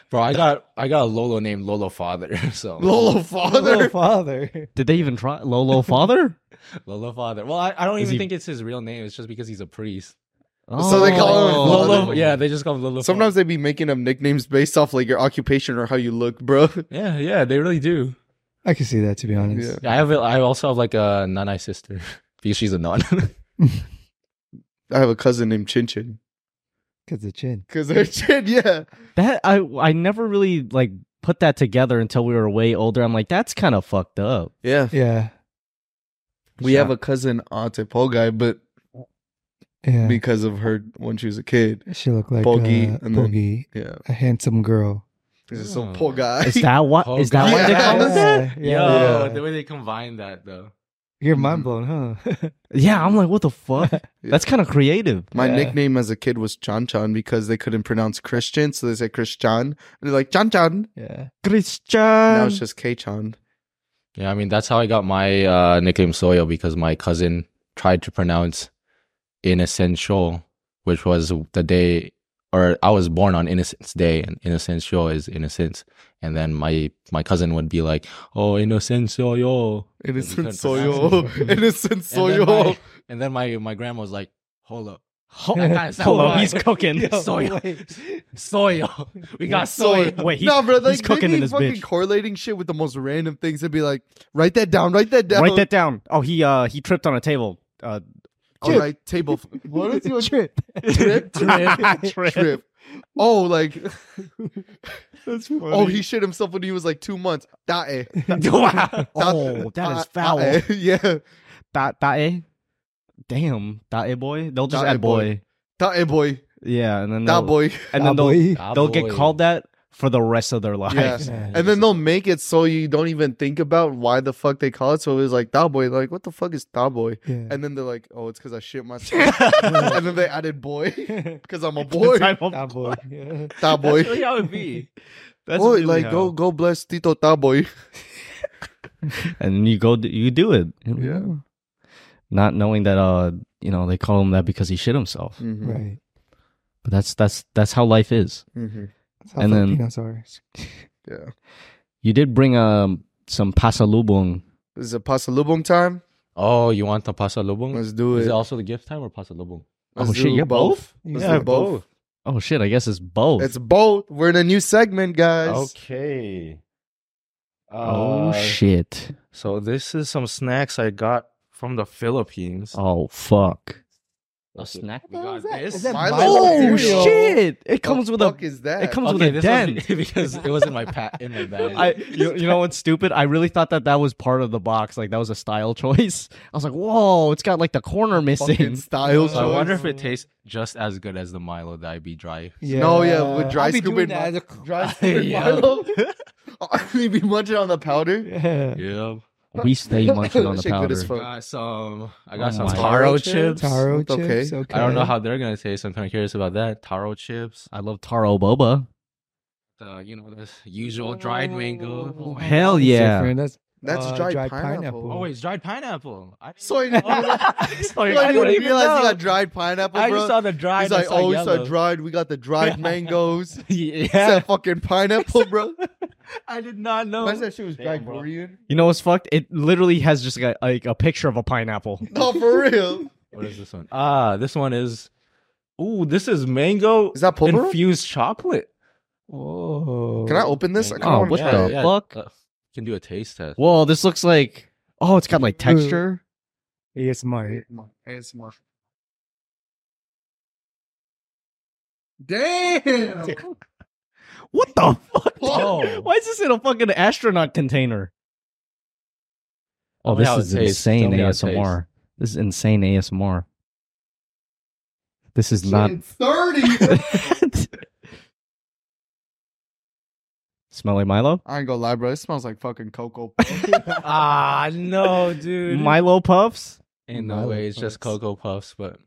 S3: Bro, I got I got a Lolo named Lolo Father. So
S2: Lolo Father.
S4: father.
S1: Did they even try Lolo father?
S3: Lolo Father. Well, I, I don't
S1: Is
S3: even
S1: he-
S3: think it's his real name. It's just because he's a priest.
S2: So they call him
S1: Oh.
S3: Lolo. Yeah, they just call him Lolo.
S2: Sometimes they be making up nicknames based off like your occupation or how you look, bro.
S3: Yeah, yeah, they really do.
S4: I can see that to be honest.
S2: Yeah.
S3: I have. a- I also have like a nanai sister because she's a nun.
S2: I have a cousin named Chin Chin.
S4: Cause the chin.
S2: Cause her chin, yeah.
S1: That I I never really like put that together until we were way older. I'm like, that's kind of fucked up.
S2: Yeah.
S4: Yeah.
S2: We have a cousin Ate Pogai, but
S4: Yeah.
S2: because of her when she was a kid.
S4: she looked like
S2: Pogi,
S4: Pogi,
S2: and then-
S4: Pogi
S2: Yeah.
S4: a handsome girl.
S2: It's just
S3: Oh.
S2: so Pogai.
S1: Is that what?
S3: Oh,
S1: Is that
S3: God.
S1: what they
S2: Yeah.
S1: call us?
S4: Yeah,
S3: Yo,
S4: yeah.
S3: the way they combine that though.
S4: You're mind blown, huh?
S1: Yeah, I'm like, what the fuck? That's kind of creative.
S2: My
S4: Yeah.
S2: nickname as a kid was Chan Chan because they couldn't pronounce Christian, so they said Christian. And they're like, Chan Chan.
S4: yeah.
S1: Christian.
S2: Now it's just K Chan.
S3: Yeah, I mean that's how I got my uh, nickname Soyo because my cousin tried to pronounce Innocential, which was the day, or I was born on Innocence Day, and Innocential is innocence. And then my my cousin would be like, "Oh, Innocentio."
S2: Innocent
S3: couldn't pronounce
S2: Soyo.
S3: it.
S2: Innocent
S3: And then
S2: Soyo.
S3: my- And then my my grandma was like, "Hold up,
S1: Oh Hello, he's cooking.
S3: Yo, Soyo.
S4: wait.
S3: Soyo, we got Soyo."
S1: Wait, he's,
S2: no, bro, like,
S1: he's cooking in
S2: they be
S1: this
S2: fucking
S1: bitch.
S2: correlating shit with the most random things and be like, write that down, write that down.
S1: Write that down. Oh, he uh he tripped on a table. Uh,
S2: All
S1: Chip.
S2: right, Oh, table. f- What is your
S4: Trip.
S2: Trip,
S1: trip.
S2: trip? Oh, like,
S1: That's funny.
S2: oh, he shit himself when he was like two months. eh. Dae.
S1: wow. Oh, that
S2: Da-
S1: is foul.
S2: dae. eh. Yeah.
S1: Da, dae. e? Damn, dae boy. They'll just
S2: Dae
S1: add
S2: e boy.
S1: boy.
S2: Dae eh, boy.
S1: Yeah, and then
S2: Da
S1: they'll,
S2: boy.
S1: and then
S4: Ah,
S1: they'll
S4: boy.
S3: Ah,
S1: they'll get
S3: boy.
S1: called that for the rest of their lives.
S2: Yeah.
S4: Yeah.
S2: And then they'll make it so you don't even think about why the fuck they call it. So it was like, Da boy. Like, what the fuck is Da boy?
S4: Yeah.
S2: And then they're like, oh, it's because I shit myself. and then they added boy because I'm a boy.
S1: Type of-
S4: Ah, boy. Yeah.
S2: Da boy.
S3: That's really how it be.
S1: that's
S2: Boy,
S1: really
S2: like,
S1: how-
S2: go go bless Tito Da boy.
S1: and you go d- you do it.
S2: Yeah.
S1: Not knowing that uh you know they call him that because he shit himself.
S2: Mhm.
S4: Right.
S1: But that's that's that's how life is.
S2: Mhm.
S4: That's how
S1: And then-
S4: Filipinos are.
S2: Yeah.
S1: You did bring um some pasalubong.
S2: This is a pasalubong time.
S3: Oh, you want the pasalubong?
S2: Let's do it.
S3: Is it also the gift time or pasalubong?
S2: Let's
S1: oh
S2: do
S1: shit, you got both?
S4: You
S2: Let's
S4: said
S2: do both.
S1: Oh shit, I guess it's both.
S2: It's both. We're in a new segment, guys.
S3: Okay.
S1: oh
S3: Uh,
S1: shit.
S3: Oh, So this is some snacks I got from the Philippines.
S1: Oh fuck. A snack
S3: We got this.
S4: that
S2: Milo
S1: Oh
S2: cereal?
S1: shit! It comes with a
S2: fuck is that?
S1: it comes
S3: Okay,
S1: with a
S3: this was
S1: dent.
S3: because it was in my pat in my bag.
S1: I you, you know what's stupid? I really thought that that was part of the box, like that was a style choice. I was like, whoa, it's got like the corner
S2: fucking
S1: missing.
S2: style.
S3: so I wonder
S2: choice.
S3: if it tastes just as good as the Milo that I be dry.
S2: No, yeah, with dry
S4: I'll be
S2: scoop
S4: doing
S2: and
S4: that as a-
S2: dry scoop and
S3: Yeah.
S2: Milo. you be munching on the powder.
S4: Yeah.
S3: Yeah.
S1: We stay munching on the
S2: That shit good
S1: powder.
S2: as fuck.
S3: Got some. I
S1: got Oh
S3: got some
S1: some my.
S3: taro chips.
S4: Taro
S2: Okay.
S4: chips. Okay.
S3: I don't know how they're gonna taste. I'm kind of curious about that. Taro chips.
S1: I love taro boba.
S3: The you know the usual dried mango.
S1: Hell
S4: That's
S1: yeah.
S4: different. That's,
S2: That's
S4: uh,
S2: dried,
S4: dried
S2: pineapple.
S4: pineapple.
S3: Oh wait, it's dried pineapple. I
S2: So I-
S3: Sorry,
S2: Yo,
S3: I
S2: you
S3: didn't
S2: didn't
S3: even
S2: realize you
S3: know.
S2: got dried pineapple,
S3: I
S2: bro.
S3: just saw the dried.
S2: He's
S3: I
S2: like,
S3: saw
S2: oh, we
S3: yellow.
S2: saw dried. We got the dried mangoes.
S1: yeah.
S2: Said fucking pineapple, bro.
S3: I did not know.
S2: I said she was dried
S3: Damn, bro.
S2: Korean.
S1: You know what's fucked? It literally has just like a, like a picture of a pineapple.
S2: No, for real.
S3: What is this one? Ah, this one is. Ooh, this is mango
S2: Is that pulver?
S3: infused chocolate.
S4: Oh.
S2: Can I open this? I
S3: Mango.
S2: kinda
S1: Oh,
S2: wanna
S1: what
S2: try
S1: the
S2: it.
S1: fuck?
S3: Uh, can do a taste test.
S1: Whoa, this looks like oh, it's got like texture.
S4: ASMR.
S2: ASMR. Damn.
S1: What the fuck?
S2: Whoa.
S1: Why is this in a fucking astronaut container? Oh,
S3: Tell me
S1: this
S3: how it
S1: is
S3: tastes. Tell
S1: insane
S3: me how it
S1: ASMR. This is insane ASMR. This is not.
S2: Shit, 30.
S1: Smell like Milo?
S2: I ain't gonna lie, bro. It smells like fucking cocoa.
S3: ah, no, dude.
S1: Milo Puffs?
S3: Ain't no
S4: Milo
S3: way. It's just
S4: Puffs.
S3: cocoa puffs, but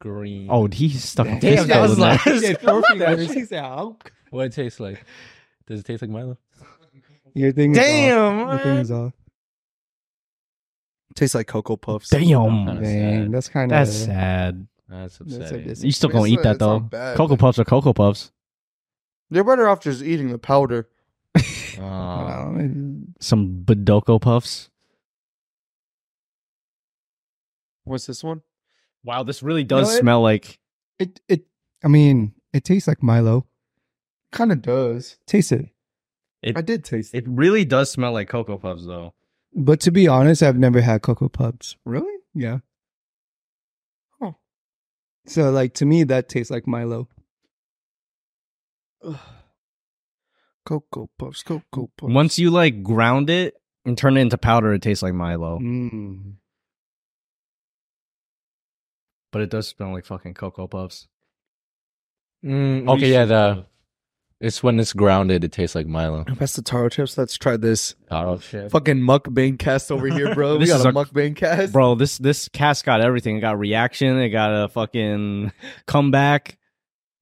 S3: green.
S1: Oh, he's stuck.
S4: Damn,
S1: his
S3: damn, that
S1: skull
S3: was
S1: in there.
S4: Yeah, four
S3: like
S4: fingers.
S3: what it tastes like. Does it taste like Milo?
S4: Your thing is off. Your thing
S3: Damn.
S4: is off.
S2: Tastes like cocoa puffs.
S1: Damn.
S3: That's
S4: Dang,
S3: sad.
S4: that's kind of
S1: That's sad.
S3: That's
S4: That's like
S3: upsetting.
S4: this.
S1: You still
S2: It's
S1: gonna
S2: not-
S1: eat that
S2: it's not
S1: though.
S2: bad,
S1: Cocoa
S2: but-
S1: Puffs are Cocoa Puffs.
S2: They're better off just eating the powder.
S3: Aw.
S4: Wow, man.
S1: Some Badoko Puffs.
S2: What's this one?
S1: Wow, this really
S4: does
S1: does
S4: know it-
S1: smell like.
S4: It it. I mean, it tastes like Milo.
S2: Kind of does.
S4: Taste it.
S2: I did taste it.
S1: It really does smell like Cocoa Puffs though.
S4: But to be honest, I've never had Cocoa Puffs. Really? Yeah.
S2: Huh.
S4: So like to me, that tastes like Milo.
S2: Ugh. Cocoa puffs, cocoa puffs.
S1: Once you like ground it and turn it into powder, it tastes like Milo,
S4: Mm.
S1: but it does smell like fucking Cocoa Puffs.
S3: Mm, okay, yeah, the it's when it's grounded, it tastes like Milo.
S2: That's the taro chips. Let's try this.
S3: Taro chip.
S2: Fucking mukbang cast over here, bro. we
S1: This
S2: got
S1: is
S2: a
S1: our-
S2: mukbang cast.
S1: Bro, this this cast got everything. It got reaction. It got a fucking comeback.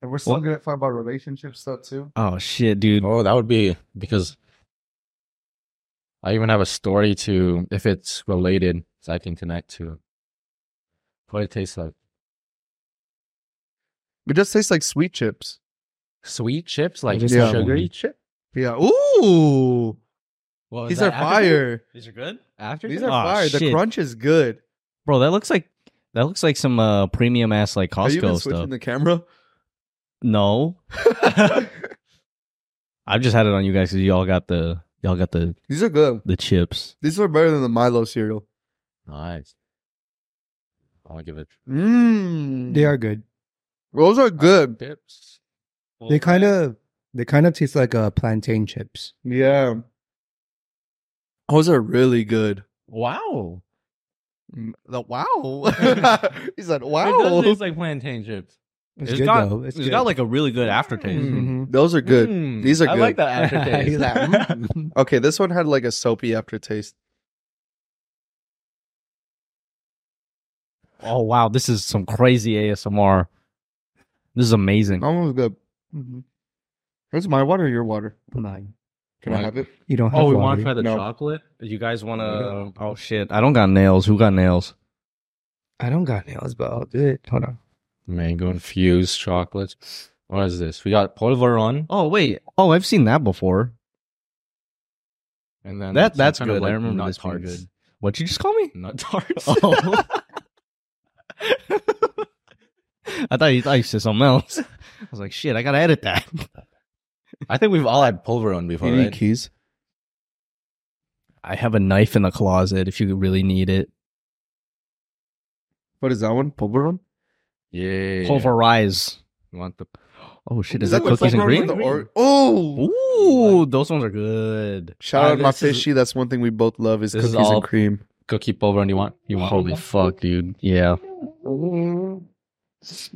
S2: And we're
S1: still
S2: gonna talk about relationship stuff too.
S1: Oh shit, dude.
S3: Oh, that would be because I even have a story to if it's related, so I can connect to what it tastes like.
S2: It just tastes like sweet chips.
S3: Sweet chips, like
S4: is
S2: that
S3: sugary
S4: one?
S3: chip.
S2: Yeah. Ooh,
S3: Well, is
S2: these are
S3: that aftertaste?
S2: fire.
S1: These are good,
S3: After
S2: These are
S1: Aw,
S2: fire. The
S1: Oh, shit.
S2: crunch is good.
S1: bro. That looks like that looks like some uh premium ass like
S2: Are you been
S1: Costco
S2: switching
S1: stuff.
S2: the camera?
S1: No, I've just had it on you guys because y'all got the y'all got the
S2: These are good.
S1: the chips.
S2: These are better than the Milo cereal.
S3: nice. I'll give it
S2: Mmm.
S4: They are good.
S2: Those are good.
S3: chips.
S4: They kind of they kind of taste like uh, plantain chips.
S2: Yeah. Those are really good.
S3: wow.
S2: Mm, The wow. he said,
S3: It does
S2: wow.
S3: taste like plantain chips.
S4: It's,
S1: It's
S4: good
S1: got-
S4: though. It's
S1: it's
S4: good.
S1: got like a really good aftertaste.
S4: Mhm.
S2: Those are good.
S3: Mm,
S2: These are
S3: I like
S2: good.
S3: that aftertaste.
S4: He's like, mm.
S2: Okay, this one had like a soapy aftertaste.
S1: Oh wow, this is some crazy ASMR. This is amazing.
S2: That one was good.
S4: Mm-hmm.
S2: It's my water or your water?
S4: Mine.
S2: Can I
S3: Mine.
S2: have it?
S4: You don't have.
S3: Oh, we
S4: water.
S3: want to try the
S2: No.
S3: chocolate?
S1: You guys want
S3: wanna-
S1: Oh shit, I don't got nails. Who got nails?
S4: I don't got nails, but I'll do it. Hold on.
S3: Mango infused chocolate. What is this? We got polvoron,
S1: Oh wait. Oh, I've seen that before.
S3: and then
S1: That
S3: some
S1: that's
S3: kind of,
S1: good. I
S3: like,
S1: remember
S3: nut
S1: this being
S3: tarts.
S1: good. What'd you just call me?
S3: Nut tarts.
S1: Oh. I thought you thought you said something else. I was like, shit, I gotta edit that.
S3: I think we've all had polvoron before,
S2: You need
S3: right?
S2: keys.
S1: I have a knife in the closet if you really need it.
S2: What is that one? Pulveron?
S3: Yeah.
S1: Pulverize.
S3: You want the
S1: Oh shit! Is
S2: Ooh,
S1: that
S2: it's
S1: cookies
S2: like
S1: and
S2: one
S1: cream?
S2: with the or- oh,
S1: Ooh, those ones are good.
S2: shout
S1: Uh,
S2: out my
S1: this is-
S2: fishy. That's one thing we both love is
S1: This
S2: cookies
S1: is all-
S2: and cream.
S3: cookie pulver and you want you want
S1: Holy fuck, dude! Yeah.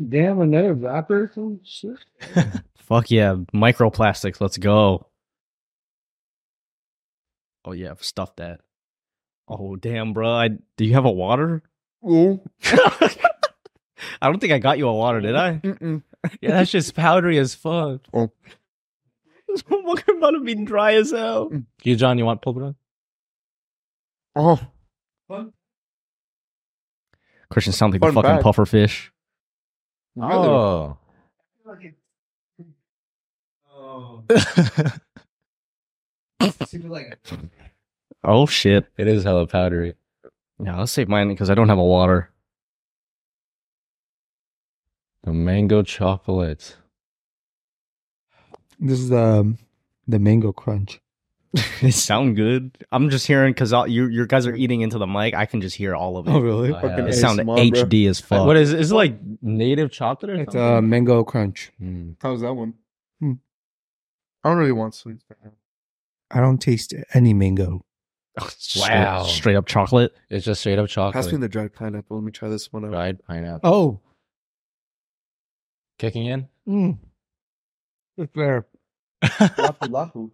S5: Damn, another vapor. Oh, shit.
S1: Fuck yeah, microplastics. Let's go. Oh yeah, stuff that. Oh damn, bro. I, do you have a water?
S2: Ooh.
S1: I don't think I got you a water, did I?
S2: Mm-mm. Oh.
S5: Yeah, that's just powdery as fuck.
S1: This motherfucker about to be dry as hell.
S2: Mm.
S3: you John, you want pulver?
S2: Oh,
S1: Christian sounds like
S2: Fun
S1: a fucking
S2: fact.
S1: puffer fish.
S2: really?
S3: Oh,
S1: Oh shit.
S3: it is hella powdery.
S1: Yeah, I'll save mine because I don't have a water.
S3: The mango chocolate.
S4: This is the um, the mango crunch.
S1: it sound good. I'm just hearing because you you guys are eating into the mic. I can just hear all
S2: Oh,
S1: of it.
S4: Oh, really?
S3: I have
S1: It
S3: it.
S1: sounded
S2: ASMR, bro.
S1: HD as fuck.
S3: What is it? Is it like native chocolate or
S4: It's um,
S3: something?
S4: a mango crunch.
S3: Mm.
S2: How's that one?
S4: Hmm.
S2: I don't really want sweets.
S4: I don't taste any mango.
S1: Oh, straight-
S3: Wow.
S1: Straight up chocolate.
S3: It's just straight up chocolate.
S2: Pass me the dried pineapple. Let me try this one out.
S3: dried pineapple.
S4: Oh,
S3: Kicking in?
S4: mm. it's there.
S2: Lapu lapu.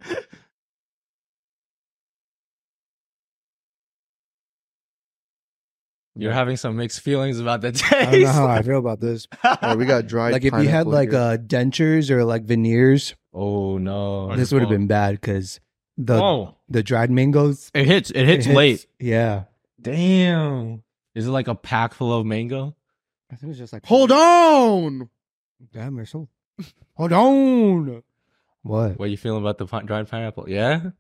S3: You're having some mixed feelings about the
S4: I don't know
S3: taste.
S4: how I feel about this.
S2: All right, we got dried.
S4: like if you had
S2: pineapple
S4: like
S2: here.
S4: uh, dentures or like veneers,
S3: oh no.
S1: Or
S4: this
S1: just
S4: would have
S1: bone.
S4: been bad because the
S1: Oh,
S4: the dried mangoes
S1: it hits. It
S4: it
S1: hits late.
S4: Yeah,
S3: Damn. Is it like a pack full of mango?
S4: I think it's just like
S2: hold on.
S4: Damn, you're so. Hold on. What
S3: What you feeling about the pi- dried pineapple? Yeah?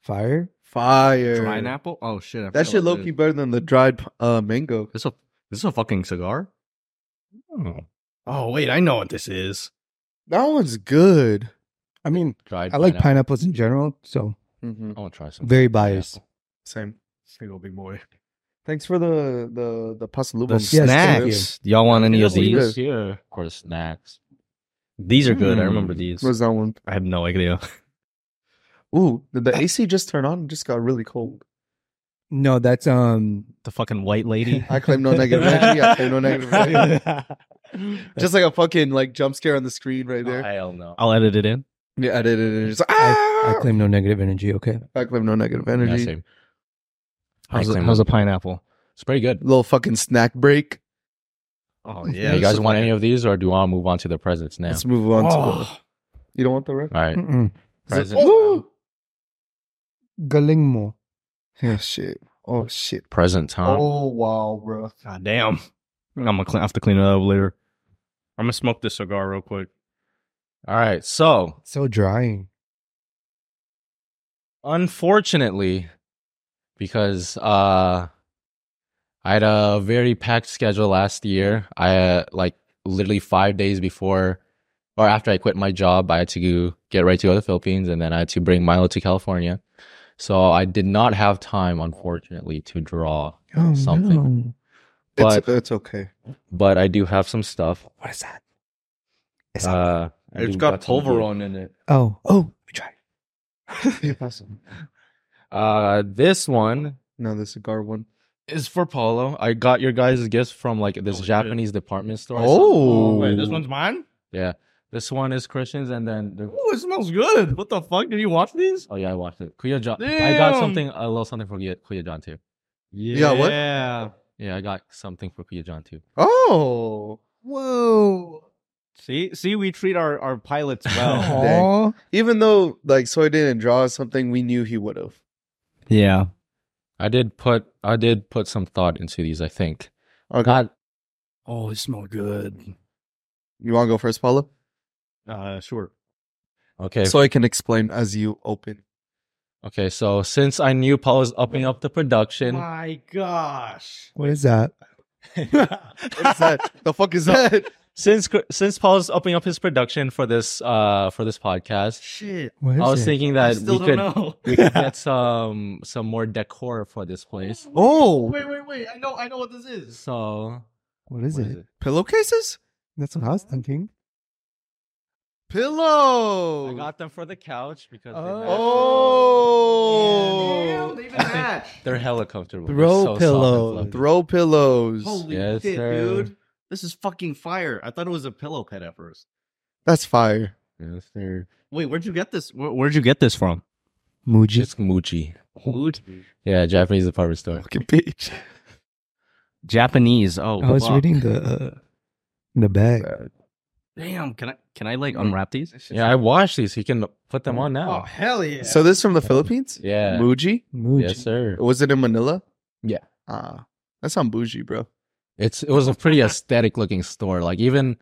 S4: fire?
S2: Fire.
S1: Pineapple. Oh shit. I
S2: That
S1: forgot
S2: shit
S1: about
S2: low key better than the dried pi- uh, mango.
S1: This a this is a fucking cigar.
S3: Oh.
S1: Oh wait, I know what this is.
S2: That one's good.
S4: I mean,
S3: Dried
S4: I like pineapples in general, so
S2: Mm-hmm.
S3: I want to try some.
S4: very biased.
S2: Same.
S1: Here go, big boy.
S2: Thanks for the the the
S1: The
S2: pasalubas.
S4: Yes, thank
S1: snacks. Do y'all want any of
S2: Pineapple
S1: these?
S2: is
S3: Here. Of course, snacks.
S1: These are good. I
S3: Mm.
S1: remember these.
S2: What's that one?
S1: I have no idea.
S2: Ooh, did the AC just turn on? It just got really cold.
S4: No, that's um.
S1: The fucking white lady.
S2: I claim no negative energy. I claim no negative energy. Just like a fucking like jump scare on the screen right there.
S3: Oh, Hell no.
S1: I'll edit it in.
S2: Yeah, I did it. and it's like,
S4: I,
S2: "Ah!"
S4: I claim no negative energy. Okay,
S2: I claim no negative
S3: Yeah,
S2: energy.
S3: same.
S1: How's, the,
S3: claim
S1: how's
S3: it.
S1: the pineapple?
S3: It's pretty good.
S2: Little fucking snack break.
S1: Oh
S3: Yeah, you guys want any of these or do you want to move on to the presents now?
S2: Let's move on. to
S1: Oh,
S2: the- You don't want the rest?
S3: All right.
S4: Mm-mm.
S3: Presents.
S2: Oh!
S4: galing mo.
S2: Yeah, shit. Oh shit.
S3: Present time.
S2: Oh wow, bro.
S1: God damn. I'm gonna clean, have to clean it up later. I'm gonna smoke this cigar real quick.
S3: All right. So,
S4: So drying.
S3: unfortunately, because uh, I had a very packed schedule last year. I uh, like literally five days before or after I quit my job, I had to go- get right to go to the Philippines and then I had to bring Milo to California. So I did not have time, unfortunately, to draw
S4: Oh,
S3: something.
S4: no.
S3: But
S2: it's, it's okay.
S3: but I do have some stuff.
S4: What is that?
S3: Uh, I do some of these.
S1: on in it.
S4: Oh, oh, let me try.
S3: Uh, this one
S2: No, the cigar one.
S3: is for Paulo. I got your guys' gifts from like this
S1: Oh, shit.
S3: Japanese department store. I saw.
S2: Oh,
S1: wait, this one's mine?
S3: yeah. This one is Christian's, and then the-
S1: Oh, it smells good. What the fuck? Did you watch these?
S3: oh yeah, I watched it. Kuya John, I got
S1: Damn.
S3: something, a little something for Kuya Kuya John too.
S1: Yeah.
S2: got what?
S3: Yeah, I got something for Kuya John too.
S2: Oh,
S1: Whoa. See, see, we treat our, our pilots well.
S2: Dang. even though like Soy didn't draw something, we knew he would have.
S1: yeah.
S3: I did put I did put some thought into these. I think.
S2: Okay.
S3: Not
S1: Oh, it smells good.
S2: You want to go first, Paulo?
S1: Uh, sure.
S3: okay.
S2: Soy can explain as you open.
S3: okay, so since I knew Paulo's upping up the production,
S1: My gosh.
S4: What is that?
S2: What is that? the fuck is that?
S3: since since Paul's upping up his production for this uh for this podcast,
S1: Shit.
S4: What is
S3: I was
S4: it?
S3: thinking
S1: I
S3: that
S1: still don't
S3: we could
S1: know.
S3: we could get some some more decor for this place.
S2: Oh,
S1: wait, wait, wait. I know, I know what this is.
S3: So
S4: What is
S3: what
S4: it?
S3: is it?
S2: pillowcases?
S4: That's what I was thinking.
S2: Pillow.
S5: I got them for the couch because
S2: oh.
S5: they match.
S3: They're hella comfortable. They're
S5: Throw
S3: soft and
S5: pillows.
S3: fluffy.
S2: Throw pillows.
S1: Holy
S3: Yes,
S1: shit,
S3: sir.
S1: dude. This is fucking fire. I thought it was a pillow pet at first.
S2: That's fire.
S3: Yes, they're
S1: Wait, where'd you get this? Where, where'd you get this from?
S4: Muji.
S3: just Muji. Yeah, Japanese department store.
S2: Fucking bitch.
S1: Japanese. Oh,
S4: I was
S1: fuck.
S4: reading the uh, the bag.
S1: Damn, can I can I like unwrap these?
S3: Yeah, I washed these. You can put them on
S5: Oh
S3: now.
S5: hell yeah!
S2: So this from the Philippines?
S3: Yeah.
S2: Muji?
S4: Muji.
S3: Yes, sir.
S2: Was it in Manila?
S3: Yeah.
S2: Ah, that's on bougie, bro.
S3: It's it was a pretty aesthetic looking store. Like even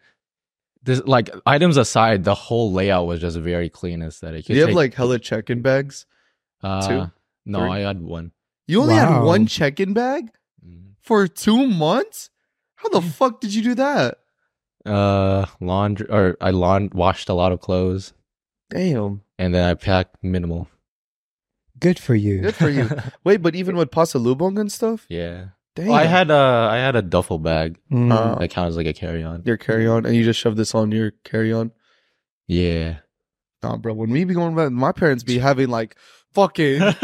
S3: this like items aside, the whole layout was just very clean aesthetic.
S2: Do you have like hella check-in bags?
S3: uh,
S2: two,
S3: No,
S2: three?
S3: I had one. Mm-hmm.
S2: You only had
S4: Wow.
S2: one check-in bag for two months? How the fuck did you do that?
S3: Uh, laundry or I laund washed a lot of clothes
S2: Damn.
S3: and then I packed minimal.
S4: Good for you.
S2: Good for you. Wait, but even with pasalubong and stuff?
S3: yeah.
S2: Damn.
S3: Oh, I had a I had a duffel bag
S4: Mm.
S2: Uh,
S3: that counts as like a carry on.
S2: your carry-on and you just shove this on your carry-on.
S3: Yeah.
S2: Nah, bro. When we be going back, my parents be having like fucking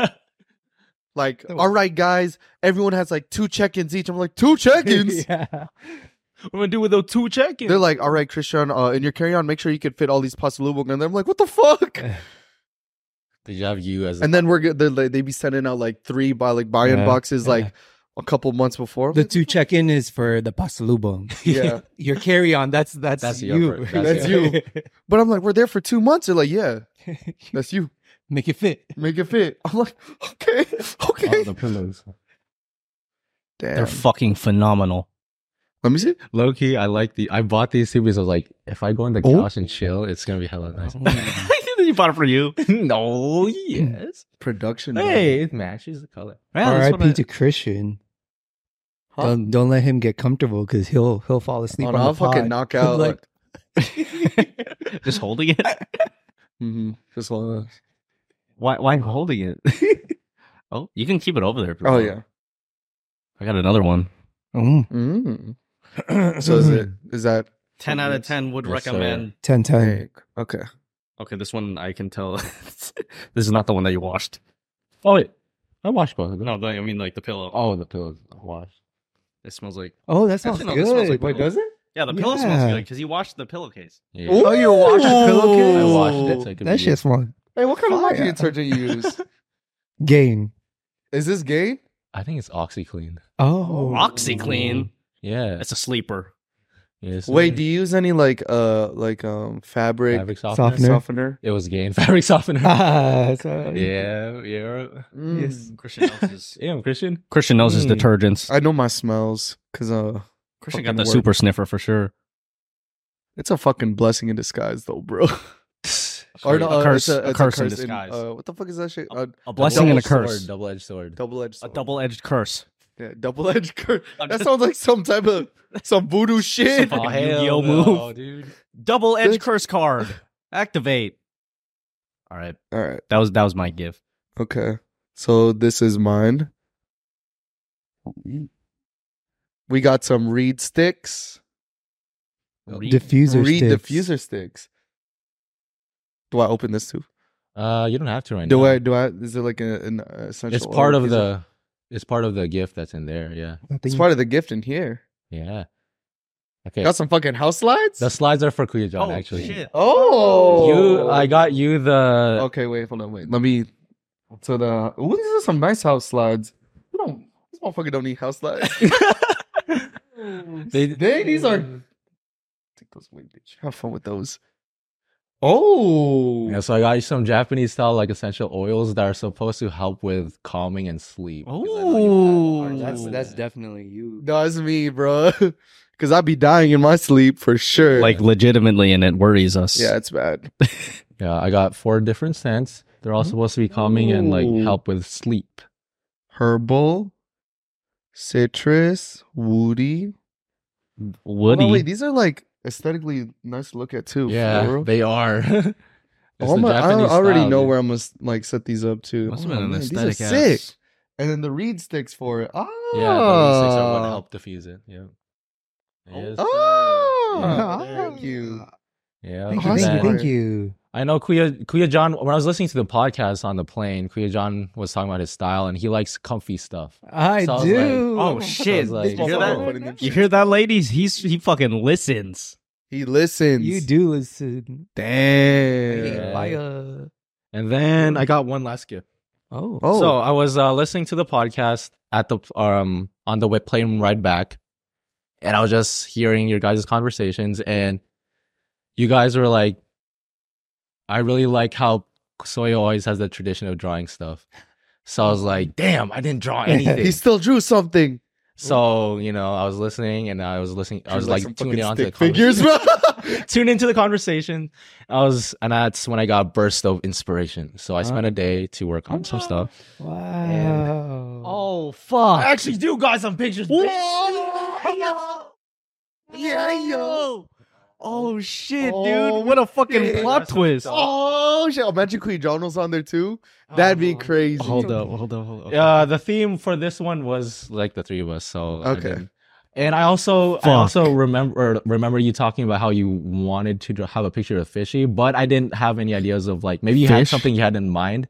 S2: like, all right, guys, everyone has like two check-ins each. I'm like, two check-ins?
S5: yeah.
S3: What am I gonna do with those two check-ins?
S2: They're like, all right, Christian, uh, in your carry-on, make sure you can fit all these pasalubong. And I'm like, what the fuck?
S3: Did you have you as
S2: And then we're good. They they be sending out like three by like buy-in
S4: Yeah.
S2: boxes
S4: Yeah.
S2: like a couple months before.
S4: The two check in is for the pasalubong.
S2: Yeah.
S4: Your carry on, that's that's,
S3: That's your
S4: you.
S3: per- that's
S2: That's your- But I'm like, we're there for two months. They're like, yeah, that's you.
S4: Make it fit.
S2: Make it fit. I'm like, okay, okay.
S3: oh, the pillows.
S1: They're
S2: Damn.
S1: fucking phenomenal.
S2: Let me see.
S3: Low key, I like the. I bought these two because I was like, if I go on the
S4: Oh.
S3: couch and chill, it's gonna be hella nice.
S1: you bought it for you.
S3: no, yes.
S2: Production.
S4: Mm.
S3: Hey, it matches the color.
S1: Yeah, that's what
S4: R.I.P.
S1: I-
S4: to Christian.
S2: Huh?
S4: Don't, don't let him get comfortable because he'll he'll fall
S2: Oh,
S4: asleep
S2: no,
S4: on
S2: I'll
S4: the pod.
S2: fucking knock out.
S4: Like-
S2: like,
S1: just holding it.
S2: mhm, just one of those.
S1: Why why holding it? oh, you can keep it over there. if you
S2: Oh
S1: want.
S2: yeah.
S1: I got another one.
S4: Mm.
S2: Mm.
S4: Mm-hmm.
S2: So is it? Is that?
S1: Ten out of ten would
S3: Yes, sir.
S1: recommend.
S4: ten ten?
S2: Hey, Okay.
S1: Okay, this one I can tell. this is not the one that you washed.
S3: Oh wait, I washed both of them.
S1: No, the- I mean like the pillow.
S3: Oh, the pillows I washed.
S1: It smells like.
S4: Oh, that sounds
S1: Actually, no,
S4: good.
S1: this smells like Wait, does
S4: it?
S1: Yeah, the pillow smells
S4: Yeah.
S1: good because you washed the pillowcase.
S3: Yeah.
S2: Ooh.
S4: Oh, you washed the
S3: I
S4: pillowcase.
S3: washed it. So it could
S4: That
S3: be
S4: shit's
S3: used.
S4: fun.
S2: Hey, what kind of laundry
S4: Fire.
S2: detergent you use?
S4: Game.
S2: is this gay?
S3: I think it's OxyClean.
S4: Oh,
S1: OxyClean.
S3: Yeah.
S1: That's a sleeper.
S3: Yes,
S2: Wait,
S3: sir.
S2: do you use any like uh like um fabric,
S3: fabric softener?
S4: Softener.
S2: softener?
S3: It was gain fabric softener.
S4: Ah, so-
S3: yeah, yeah.
S2: Mm.
S4: Yes.
S1: Christian knows his,
S3: Damn, Christian.
S1: Christian knows his
S2: Hmm.
S4: Mm.
S1: detergents.
S2: I know my smells because uh,
S1: Christian got
S2: fucking
S1: the
S2: work.
S1: super sniffer for sure.
S2: it's a fucking blessing in disguise, though, bro.
S1: A
S2: uh,
S1: curse- a curse in
S2: in-
S1: disguise.
S2: uh, what the fuck is that shit? Uh,
S1: A blessing and a
S3: Double sword,
S1: curse.
S3: Double-edged sword.
S2: double edged.
S1: A double-edged curse.
S2: Yeah, double edged curse.
S1: I'm
S2: That
S1: just-
S2: sounds like some type of some voodoo shit.
S1: fucking
S3: hell
S1: Yu-Gi-Oh
S3: no,
S1: move.
S3: dude.
S1: Double-edged
S2: Bitch.
S1: curse card. Activate. All right,
S2: All right.
S1: that was that was my gift.
S2: Okay. So this is mine. We got some reed sticks.
S4: Diffuser
S2: reed
S4: sticks.
S2: diffuser sticks. Do I open this too?
S3: Uh, you don't have to right
S2: Do
S3: now.
S2: I? Do I? Is it like a- an essential?
S3: It's part
S2: oil?
S3: of
S2: Is it-
S3: the. It's part of the gift that's in there. Yeah.
S4: I think-
S2: It's part of the gift in here.
S3: Yeah. Okay.
S2: Got some fucking house slides.
S3: the slides are for Kuya John,
S1: oh
S3: actually.
S1: shit!
S2: oh,
S3: You, I uh, got you the.
S2: Okay, wait, hold on, wait. Let me. So the ooh, these are some nice house slides. You don't. This motherfucker don't need house slides.
S3: They,
S2: They, these are. Take those away, bitch. Have fun with those. Oh,
S3: Yeah, so I got you some Japanese style like essential oils that are supposed to help with calming and sleep. 'cause I know you-
S1: Oh,
S3: That's- that's
S4: definitely you.
S2: that's me, bro. Because I'd be dying in my sleep for sure.
S1: like legitimately, and it worries us.
S2: yeah, it's bad.
S3: Yeah, I got four different scents. They're
S1: Hmm?
S3: all supposed to be calming and like
S2: Ooh.
S3: help with sleep.
S2: Herbal, citrus, woody. Hold
S1: Woody.
S2: on, wait, these are like aesthetically nice to look at too.
S3: Yeah,
S2: floral.
S3: they are. It's
S2: Oh,
S3: the
S2: I'm a- I
S3: Japanese
S2: already
S3: style,
S2: know
S3: dude.
S2: where I'm gonna s- like set these up too.
S1: Must
S2: Oh,
S1: have been an
S2: man, these are
S1: aesthetic
S2: sick.
S1: ass.
S2: And then the reed sticks for it. Ah,
S3: E
S4: Oh.
S3: uh, Yeah, the sticks are what help diffuse it. Yeah. Yes, sir.
S2: Oh, Ah,
S4: Yeah.
S2: thank you.
S3: Yeah.
S4: Thank
S2: Oh,
S4: you,
S2: that's
S4: thank you,
S2: great.
S4: thank you.
S3: I know Kuya Kuya John. When I was listening to the podcast on the plane, Kuya John was talking about his style, and he likes comfy stuff.
S4: I
S3: So I was like,
S4: do.
S5: oh
S3: I
S5: shit!
S3: was like-
S5: you hear that?
S2: Putting them
S1: You
S2: shit.
S1: hear that, ladies? He's he fucking listens.
S2: He listens.
S4: You do listen.
S2: Damn.
S3: Yeah.
S4: Fire.
S3: And then I got one last gift.
S4: Oh.
S2: Oh,
S3: So I was uh, listening to the podcast at the um on the wi- plane ride back, and I was just hearing your guys' conversations, and you guys were like, "I really like how Soy always has the tradition of drawing stuff." So I was like, "Damn, I didn't draw anything."
S2: he still drew something.
S3: so you know, I was listening, and I was listening. I
S2: Drew
S3: was like,
S2: some
S3: tuning
S2: fucking
S3: onto the
S2: stick figures, bro.
S3: tune into the conversation. I was, and that's when I got burst of inspiration. So
S2: Uh-huh.
S3: I spent a day to work on some stuff.
S4: Wow.
S1: Oh fuck!
S5: actually do got some pictures.
S2: yeah, yo.
S1: Oh shit,
S2: Oh,
S1: dude! What a fucking
S2: shit.
S1: plot twist!
S2: Oh shit! Imagine Queen Jono's on there too. That'd be crazy.
S1: Hold up, hold up, hold up.
S3: Oh, Uh, the theme for this one was like the three of us. So I
S2: Okay.
S3: did- and I also I
S1: Fuck.
S3: also remember remember you talking about how you wanted to dr- have a picture of fishy, but I didn't have any ideas of like maybe you had
S1: Fish?
S3: something you had in mind.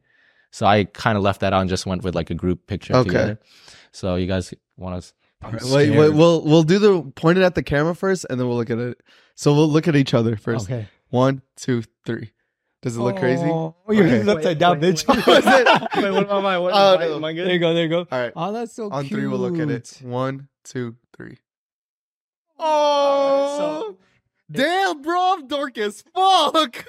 S3: So I kind of left that out and just went with like a group picture
S2: Okay.
S3: together. So you guys want us?
S2: Wait, wait, we'll we'll do the point it at the camera first, and then we'll look at it. So we'll look at each other first.
S3: Okay.
S2: One, two, three. Does it look crazy? All
S4: Oh, you're
S2: Okay.
S4: upside down, bitch.
S2: Was it?
S5: Wait, what about my? What,
S2: Oh,
S5: am I-
S2: no.
S5: am I good?
S4: there you go. There you go.
S2: right.
S4: Oh, that's so
S2: On
S4: cute.
S2: three, we'll look at it. One, two, three.
S5: Oh,
S2: Damn, bro, I'm dark as fuck.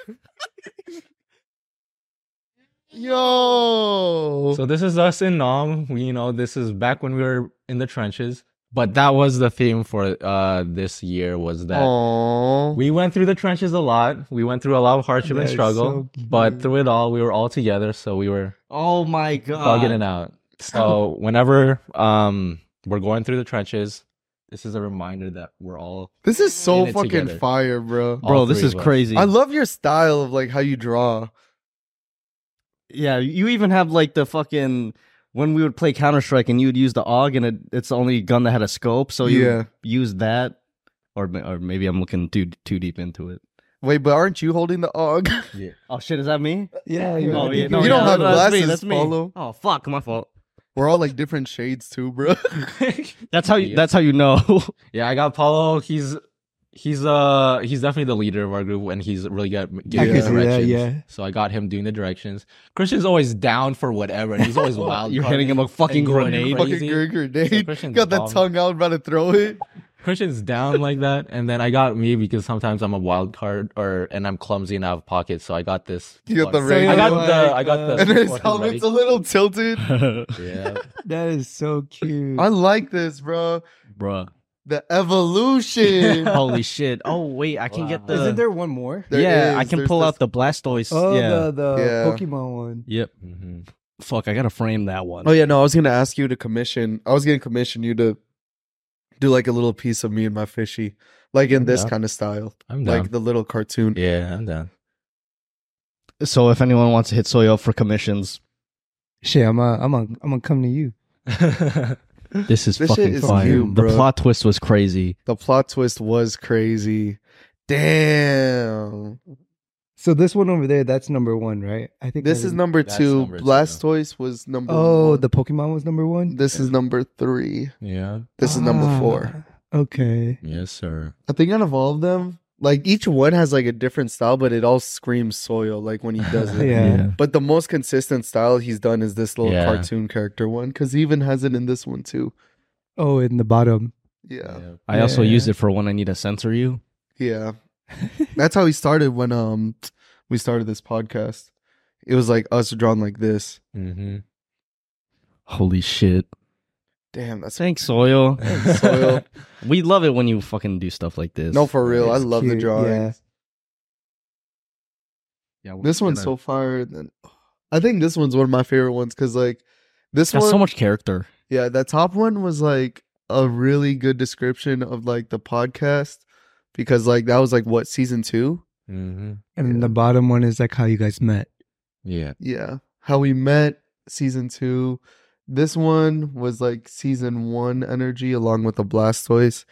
S2: Yo.
S3: So this is us in Nam. We, you know, this is back when we were in the trenches. But that was the theme for uh, this year was that
S2: Aww.
S3: we went through the trenches a lot. We went through a lot of hardship and
S4: That's
S3: struggle.
S4: so
S3: but
S4: cute.
S3: through it all, we were all together, so we were
S1: Oh my god!
S3: bugging it out. So whenever um, we're going through the trenches, this is a reminder that we're all
S2: This is so
S3: In it
S2: fucking
S3: together.
S2: fire, bro.
S3: all
S1: bro, this
S3: three
S1: is
S3: of us.
S1: crazy.
S2: I love your style of like how you draw.
S1: yeah, you even have like the fucking when we would play Counter Strike and you'd use the AUG and it, it's the only gun that had a scope, so you
S2: Yeah.
S1: use that, or ma- or maybe I'm looking too too deep into it.
S2: Wait, but aren't you holding the og?
S1: Oh shit, is that me?
S4: Yeah.
S1: Oh, yeah,
S2: You don't have
S1: that's me,
S2: glasses,
S1: that's me.
S2: Paulo.
S1: Oh fuck, my fault.
S2: We're all like different shades too, bro.
S1: That's how you.
S3: Yeah.
S1: That's how you know.
S3: yeah. I got Paulo. He's he's uh he's definitely the leader of our group, and he's really good at giving
S2: can see that,
S3: directions.
S4: yeah.
S3: So I got him doing the directions. Christian's always down for whatever, and he's always wild.
S1: You're hitting him a fucking
S3: and going
S1: grenade.
S3: crazy.
S2: fucking Gurg
S3: So
S2: grenade.
S3: Christian's
S2: Got the
S3: bomb.
S2: tongue out, about to throw it.
S3: Christian's down like that, and then I got me because sometimes I'm a wild card, or and I'm clumsy and out of pocket, so I got this.
S2: You got the
S3: fuck-
S2: ring. Oh
S3: I got
S4: Like,
S3: the. I got
S4: uh,
S3: the.
S2: And his
S3: fucking
S2: helmet's a
S3: ready.
S2: little tilted.
S3: Yeah.
S4: That is so cute.
S2: I like this, bro.
S1: Bruh.
S2: The evolution.
S1: Holy shit. Oh wait, I can get
S3: Wow.
S1: the
S4: Isn't there one more?
S2: There
S1: Yeah,
S2: is,
S1: I can
S2: there's
S1: pull
S2: this-
S1: out the Blastoise.
S4: Oh,
S1: yeah.
S4: the the
S2: Yeah.
S4: Pokemon one.
S1: Yep.
S3: Mhm.
S1: Fuck, I gotta frame that one.
S2: Oh yeah, no, I was gonna ask you to commission. I was gonna commission you to do like a little piece of me and my fishy, like in this
S3: Yeah.
S2: kind of style,
S3: I'm down.
S2: like the little cartoon.
S3: yeah, I'm down.
S1: So if anyone wants to hit Soyo for commissions,
S4: Shit, I'm uh, I'm gonna I'm gonna come to you.
S1: this is
S2: This shit
S1: fucking
S2: is
S1: fire.
S2: new,
S1: the
S2: bro.
S1: plot twist was crazy.
S2: The plot twist was crazy. Damn.
S4: So this one over there, that's number one, right? I think
S2: This
S4: that
S2: is number
S3: That's
S2: two.
S3: number two.
S2: Blastoise was number.
S4: Oh,
S2: Oh,
S4: the Pokemon was number one.
S2: this is number three.
S3: yeah.
S2: This is number
S4: Ah,
S2: four.
S4: Okay.
S3: Yes, sir.
S2: I think out of all of them, like each one has like a different style, but it all screams soil. Like when he does
S4: Yeah.
S2: it. But the most consistent style he's done is this little
S3: Yeah.
S2: cartoon character one, because he even has it in this one too.
S4: Oh, in the bottom.
S2: Yeah,
S3: Yeah.
S1: I also
S4: Yeah.
S1: used it for when I need to censor you.
S2: yeah. That's how he started when um we started this podcast. It was like us drawn like this.
S1: Mm-hmm.
S3: Mhm.
S1: Holy shit.
S2: Damn, that's
S1: Thanks, Soyo.
S2: soil.
S1: we love it when you fucking do stuff like this.
S2: no for real. I
S4: It's
S2: love the
S4: cute,
S2: drawing.
S4: yeah.
S1: Yeah, we're
S2: This one's
S1: gonna-
S2: so far. Then I think this one's one of my favorite ones because like this
S1: got
S2: one,
S1: so much character.
S2: yeah, that top one was like a really good description of like the podcast because like that was like what season two.
S1: Mm-hmm.
S3: Mhm.
S4: And then the bottom one is like how you guys met.
S3: Yeah.
S2: Yeah. How we met, season two. This one was like season one energy along with the Blastoise.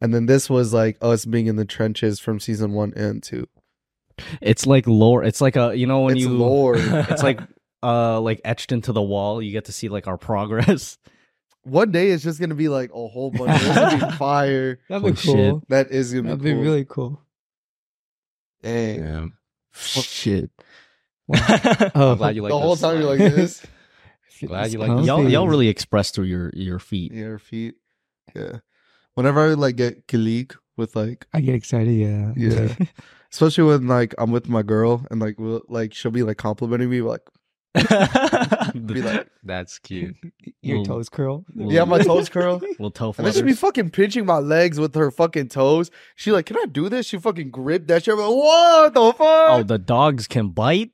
S2: And then this was like us being in the trenches from season one and two.
S1: It's like lore. It's like a you know when
S2: it's
S1: you
S2: lore.
S1: it's like uh like etched into the wall. You get to see like our progress.
S2: One day it's just gonna be like a whole bunch. Of, this gonna be fire.
S4: That'd
S1: Holy
S4: be
S1: shit.
S4: cool.
S2: That is gonna be
S4: That'd be
S2: cool.
S4: really cool.
S2: Dang.
S3: Yeah.
S1: Shit.
S4: Oh,
S1: I'm glad you like
S2: the whole
S1: this.
S2: time you're like this.
S3: Glad you
S4: it's
S3: like this.
S1: y'all.
S4: comfy.
S1: Y'all really express through your your feet.
S2: Your feet. Yeah. Whenever I like get kilig with like
S4: I get excited. Yeah.
S2: yeah, especially when like I'm with my girl and like we'll, like she'll be like complimenting me like be like
S3: That's cute.
S4: Your
S2: Mm.
S1: Little-
S4: toes curl.
S1: little-
S2: yeah my toes curl.
S1: Little toe
S2: And then she'd be
S1: flutters.
S2: fucking pinching my legs with her fucking toes. She like, can I do this? She fucking gripped that shit. I'm like, what the fuck?
S1: Oh, the dogs can bite.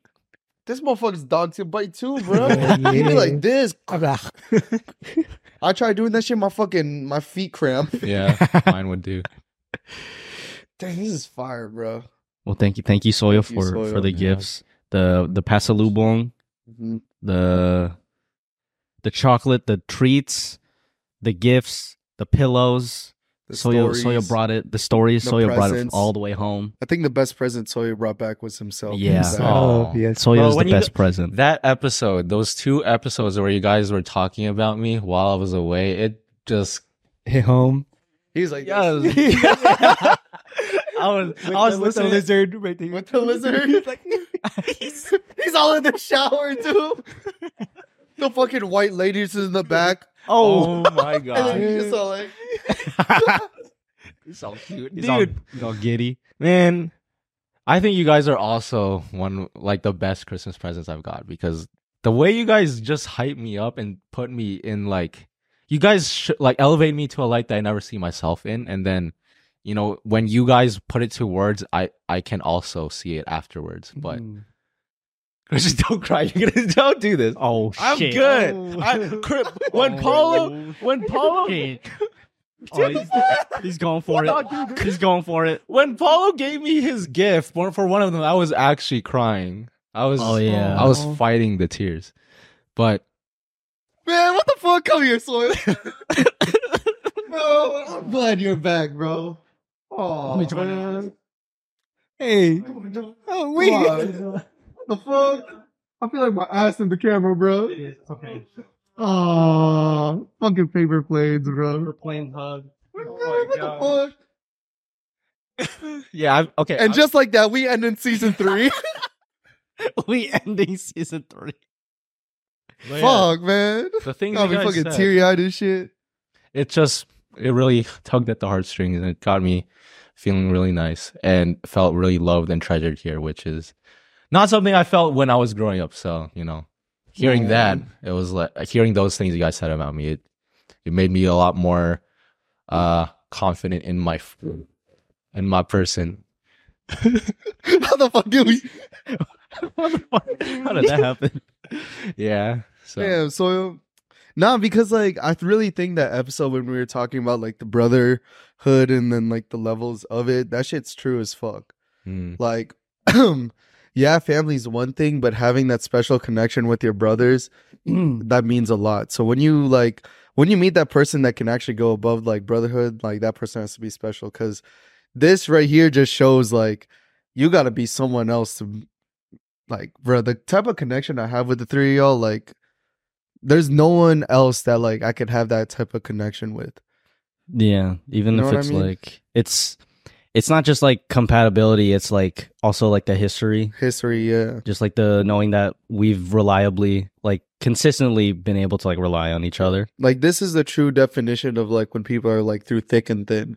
S2: this motherfucker's dog can bite too, bro.
S4: Yeah.
S2: He'd be like this.
S4: I'm like,
S2: I tried doing that shit. My fucking my feet cramp.
S3: Yeah. Mine would do.
S2: Dang, this is fire, bro.
S1: Well, thank you, thank you, Soya,
S2: Thank you,
S1: for for
S2: Soyo.
S1: the
S3: Yeah.
S1: gifts. The the pasalubong,
S2: Mhm.
S1: the the chocolate, the treats, the gifts, the pillows.
S2: The
S1: Soya
S2: stories.
S1: Soya brought it. The stories
S2: the
S1: Soya brought it
S2: presents.
S1: all the way home.
S2: I think the best present Sawyer brought back was himself.
S1: Yeah.
S2: Exactly.
S3: Aw.
S4: oh, yes.
S1: Soya
S3: Bro,
S1: is the
S3: when you
S1: best
S3: go-
S1: present.
S3: That episode, those two episodes where you guys were talking about me while I was away, it just
S4: Hit home.
S2: He's like,
S3: Yes.
S2: this.
S3: I was
S4: With the- with the lizard right there.
S2: with the lizard. He's like, he's, he's all in the shower too. The fucking white ladies in the back.
S3: Oh, my
S2: And then
S3: god.
S2: he's just all like,
S3: He's all cute.
S1: He's all- he's all giddy.
S3: man, I think you guys are also one like the best Christmas presents I've got because the way you guys just hype me up and put me in like you guys sh- like elevate me to a light that I never see myself in, and then you know when you guys put it to words, I I can also see it afterwards.
S1: Mm-hmm.
S3: But
S4: Mm.
S3: just don't cry. You're gonna don't do this.
S1: Oh
S3: I'm
S1: shit!
S3: good. I, Crip, when Paulo when Paulo
S1: Oh, he's, he's going for it. He's going for it.
S3: when Paulo gave me his gift for, for one of them, I was actually crying. I was
S1: Oh yeah.
S3: I was
S4: Oh.
S3: fighting the tears. But
S2: man, what the fuck? Come here, Sawyer. bro, I'm glad you're back, bro. Oh, man.
S4: Hey. Oh, wait.
S2: Come on. What the fuck? I feel like my ass in the camera, bro.
S5: okay.
S2: Oh, fucking paper planes, bro.
S5: playing hug.
S2: what the
S5: God.
S2: fuck?
S3: yeah, I'm, okay.
S2: And just like that, we end in season three.
S1: we ending season three.
S3: but yeah,
S2: Fuck, man.
S3: the things
S2: Got
S3: you
S2: me
S3: guys
S2: fucking
S3: said,
S2: teary eyed and shit.
S3: it just it really tugged at the heartstrings and it got me feeling really nice and felt really loved and treasured here, which is not something I felt when I was growing up. So you know, hearing that, it was like hearing those things you guys said about me. It it made me a lot more uh confident in my f- in my person.
S2: How the fuck did we?
S1: How did that happen?
S3: Yeah. So
S2: Damn, so nah, because like I really think that episode when we were talking about like the brotherhood and then like the levels of it, that shit's true as fuck.
S3: mm,
S2: Like, yeah, family's one thing, but having that special connection with your brothers
S4: Mm.
S2: that means a lot. So when you like when you meet that person that can actually go above like brotherhood, like that person has to be special because this right here just shows like you got to be someone else to like bro. The type of connection I have with the three of y'all, like there's no one else that like I could have that type of connection with.
S1: Yeah, even
S2: You know
S1: if
S2: what I
S1: it's
S2: mean?
S1: like it's it's not just like compatibility. It's like also like the history,
S2: History, yeah,
S1: just like the knowing that we've reliably like consistently been able to like rely on each other.
S2: like this is the true definition of like when people are like through thick and thin.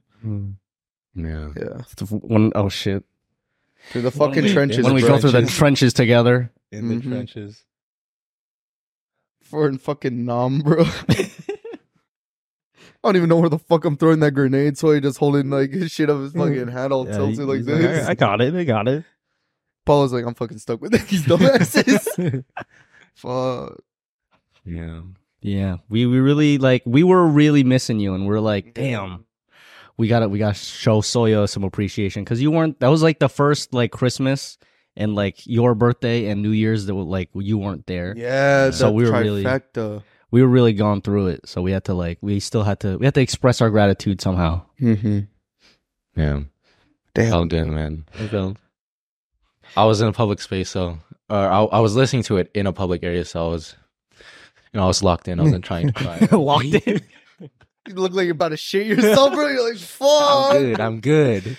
S3: yeah.
S2: Yeah,
S1: When oh shit,
S2: through the
S3: When
S2: fucking
S3: we-
S2: trenches.
S1: when we go
S2: bro.
S1: through the trenches together.
S3: In
S2: Mhm.
S3: trenches.
S2: for in fucking nom, bro. I don't even know where the fuck I'm throwing that grenade, so he just holding like his shit up his fucking hat all
S1: Hmm. Yeah,
S2: tilted like
S1: he's
S2: this.
S1: I, I got it. I got it.
S2: Paul was like, I'm fucking stuck with these dumbasses. fuck.
S3: Yeah.
S1: Yeah, we we really like we were really missing you, and we're like, damn, we gotta we gotta show Soya some appreciation because you weren't. That was like the first like Christmas and like your birthday and New Year's that were, like you weren't there.
S2: Yeah,
S1: So
S2: so we
S1: we were really-
S2: trifecta.
S1: We were really gone through it, so we had to like we still had to we had to express our gratitude somehow.
S2: Mm-hmm.
S3: Yeah.
S2: Damn.
S3: Felt good, man. I felt. I was in a public space, so or I, I was listening to it in a public area, so I was, you know, I was locked in. I wasn't trying to cry.
S1: Walked in.
S2: You look like you're about to shit yourself, bro. You're like,
S3: I'm
S2: fuck.
S3: good. I'm good.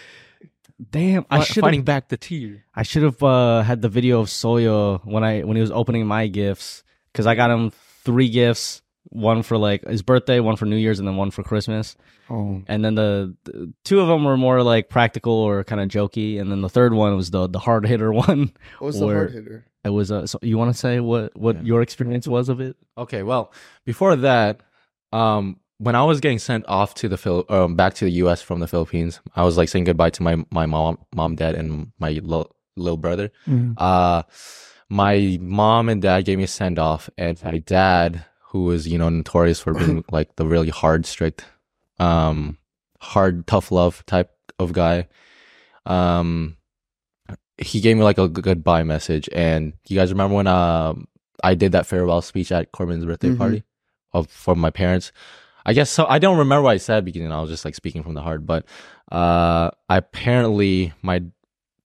S1: Damn, I
S3: Fi-
S1: should
S3: fighting
S1: have.
S3: back the tear.
S1: I should have uh, had the video of Soyo when I when he was opening my gifts because I got him three gifts, one for like his birthday, one for New Year's, and then one for Christmas.
S4: Oh,
S1: And then the, the two of them were more like practical or kind of jokey, and then the third one was the the hard hitter one.
S2: What was the
S1: Where-
S2: hard hitter?
S1: It was uh, so you want to say what what
S3: Yeah.
S1: your experience was of it?
S3: Okay, well, before that, um, when I was getting sent off to the Phil- um, back to the U.S. from the Philippines, I was like saying goodbye to my my mom, mom, dad, and my little little brother.
S4: Mm.
S3: uh my mom and dad gave me a send off and my dad who was you know notorious for being like the really hard strict um hard tough love type of guy um he gave me like a g- goodbye message and you guys remember when um i did that farewell speech at corbin's birthday
S2: Mhm.
S3: party of for my parents i guess so i don't remember what i said because you know, i was just like speaking from the heart but uh apparently my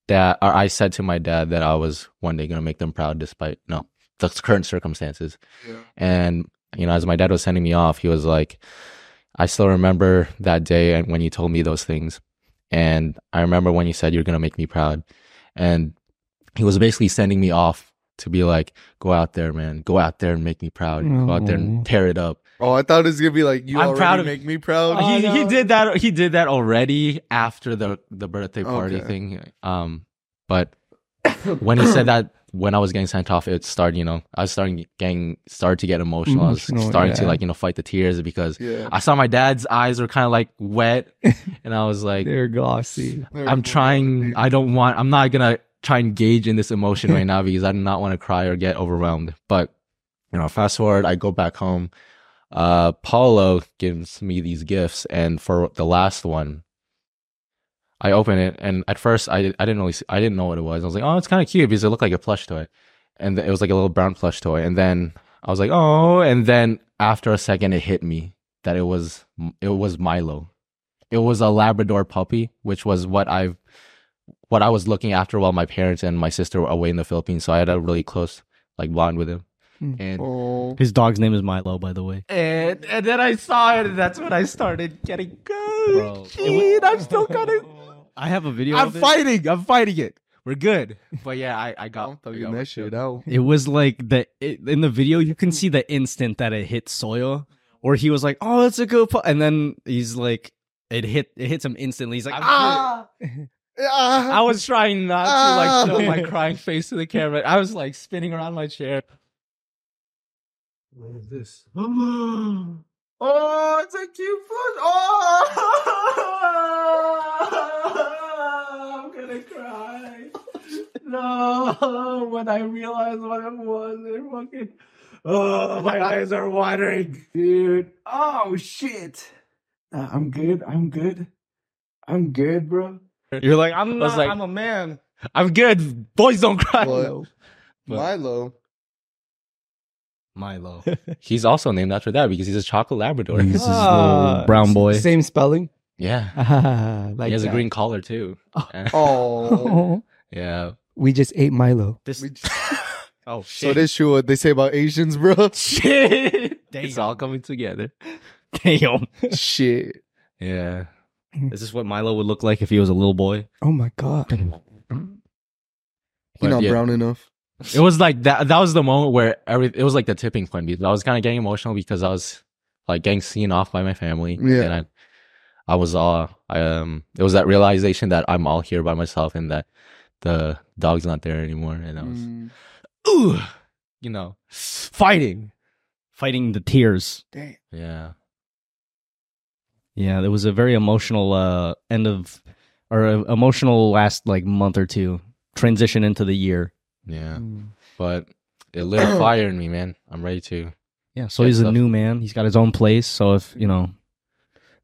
S3: dad or I said to my dad that I was one day gonna make them proud despite no the current circumstances.
S2: Yeah.
S3: And you know, as my dad was sending me off, he was like, I still remember that day and when you told me those things. And I remember when you said you're gonna make me proud. And he was basically sending me off to be like, Go out there, man. Go out there and make me proud. Go out there and tear it up.
S2: Oh, I thought it was gonna be like you
S3: I'm
S2: already
S3: proud of-
S2: make me proud.
S5: Oh,
S3: he, he
S5: no.
S3: did that he did that already after the the birthday party
S2: Okay.
S3: thing um but when he said that when i was getting sent off it started you know i was starting getting started to get emotional, i was
S4: Emotional,
S3: starting to
S4: yeah.
S3: like you know fight the tears because
S2: yeah.
S3: i saw my dad's eyes were kind of like wet and i was like
S4: they're glossy.
S3: i'm trying i don't want i'm not gonna try and engage in this emotion right now because i do not want to cry or get overwhelmed but you know fast forward i go back home uh paulo gives me these gifts and for the last one i open it and at first i, I didn't really see, i didn't know what it was i was like oh it's kind of cute because it looked like a plush toy and it was like a little brown plush toy and then i was like oh and then after a second it hit me that it was it was milo it was a labrador puppy which was what i've what i was looking after while my parents and my sister were away in the philippines so i had a really close like bond with him
S4: Mm.
S3: and
S2: Oh.
S1: His dog's name is Milo, by the way.
S3: and and then I saw it, and that's when I started getting
S1: Bro.
S3: good. Shit, I'm still kind of.
S1: I have a video.
S3: I'm
S1: of it.
S3: fighting. I'm fighting it. We're good. But yeah, I I
S2: I'm
S3: got. I
S2: thugging
S3: got
S2: that
S3: my-
S2: shit out.
S1: It was like the it, in the video you
S3: Hmm.
S1: can see the instant that it hit Soyo, where he was like, "Oh, that's a good," pu-" and then he's like, "It hit it hits him instantly." He's like,
S3: I'm
S1: "Ah!"
S3: I was trying not
S2: Ah.
S3: to like show my crying face to the camera. I was like spinning around my chair. What is this?
S5: Oh, it's a cute foot. Oh, I'm gonna cry. No, when I realized what it was, it fucking. Oh, my eyes are watering, dude. Oh shit. Uh, I'm good. I'm good. I'm good, bro.
S1: You're like, "I'm
S3: was
S1: not,
S3: like-
S1: I'm a man."
S3: I'm good. Boys don't cry.
S2: But Milo.
S1: Milo,
S3: He's also named after that because he's a chocolate Labrador.
S1: this is
S4: Ah.
S1: little brown boy.
S4: Same spelling.
S3: yeah.
S4: Ah, like
S3: he has a
S4: that.
S3: green collar too.
S2: Oh.
S4: Oh,
S3: yeah.
S4: we just ate Milo.
S1: This,
S2: We-
S1: oh
S2: so
S1: shit!
S2: this shit what they say about Asians, bro.
S3: Shit. It's
S1: Damn.
S3: all coming together.
S1: Damn,
S2: shit.
S3: Yeah.
S1: is this what Milo would look like if he was a little boy?
S4: Oh my god.
S2: He
S3: But
S2: not
S3: yeah.
S2: brown enough.
S3: It was like that. That was the moment where every. It was like the tipping point because I was kind of getting emotional because I was like getting seen off by my family.
S2: Yeah.
S3: And I, I was all. I, um. It was that realization that I'm all here by myself and that the dog's not there anymore. And I was,
S2: Mm.
S3: ooh, you know, fighting.
S1: Fighting the tears.
S3: Yeah.
S1: Yeah, it was a very emotional uh, end of or uh, emotional last like month or two transition into the year.
S3: Yeah. But it lit a fire in me, man. I'm ready to.
S1: Yeah, so
S3: Yeah,
S1: he's a
S3: tough.
S1: new man. He's got his own place. So if you know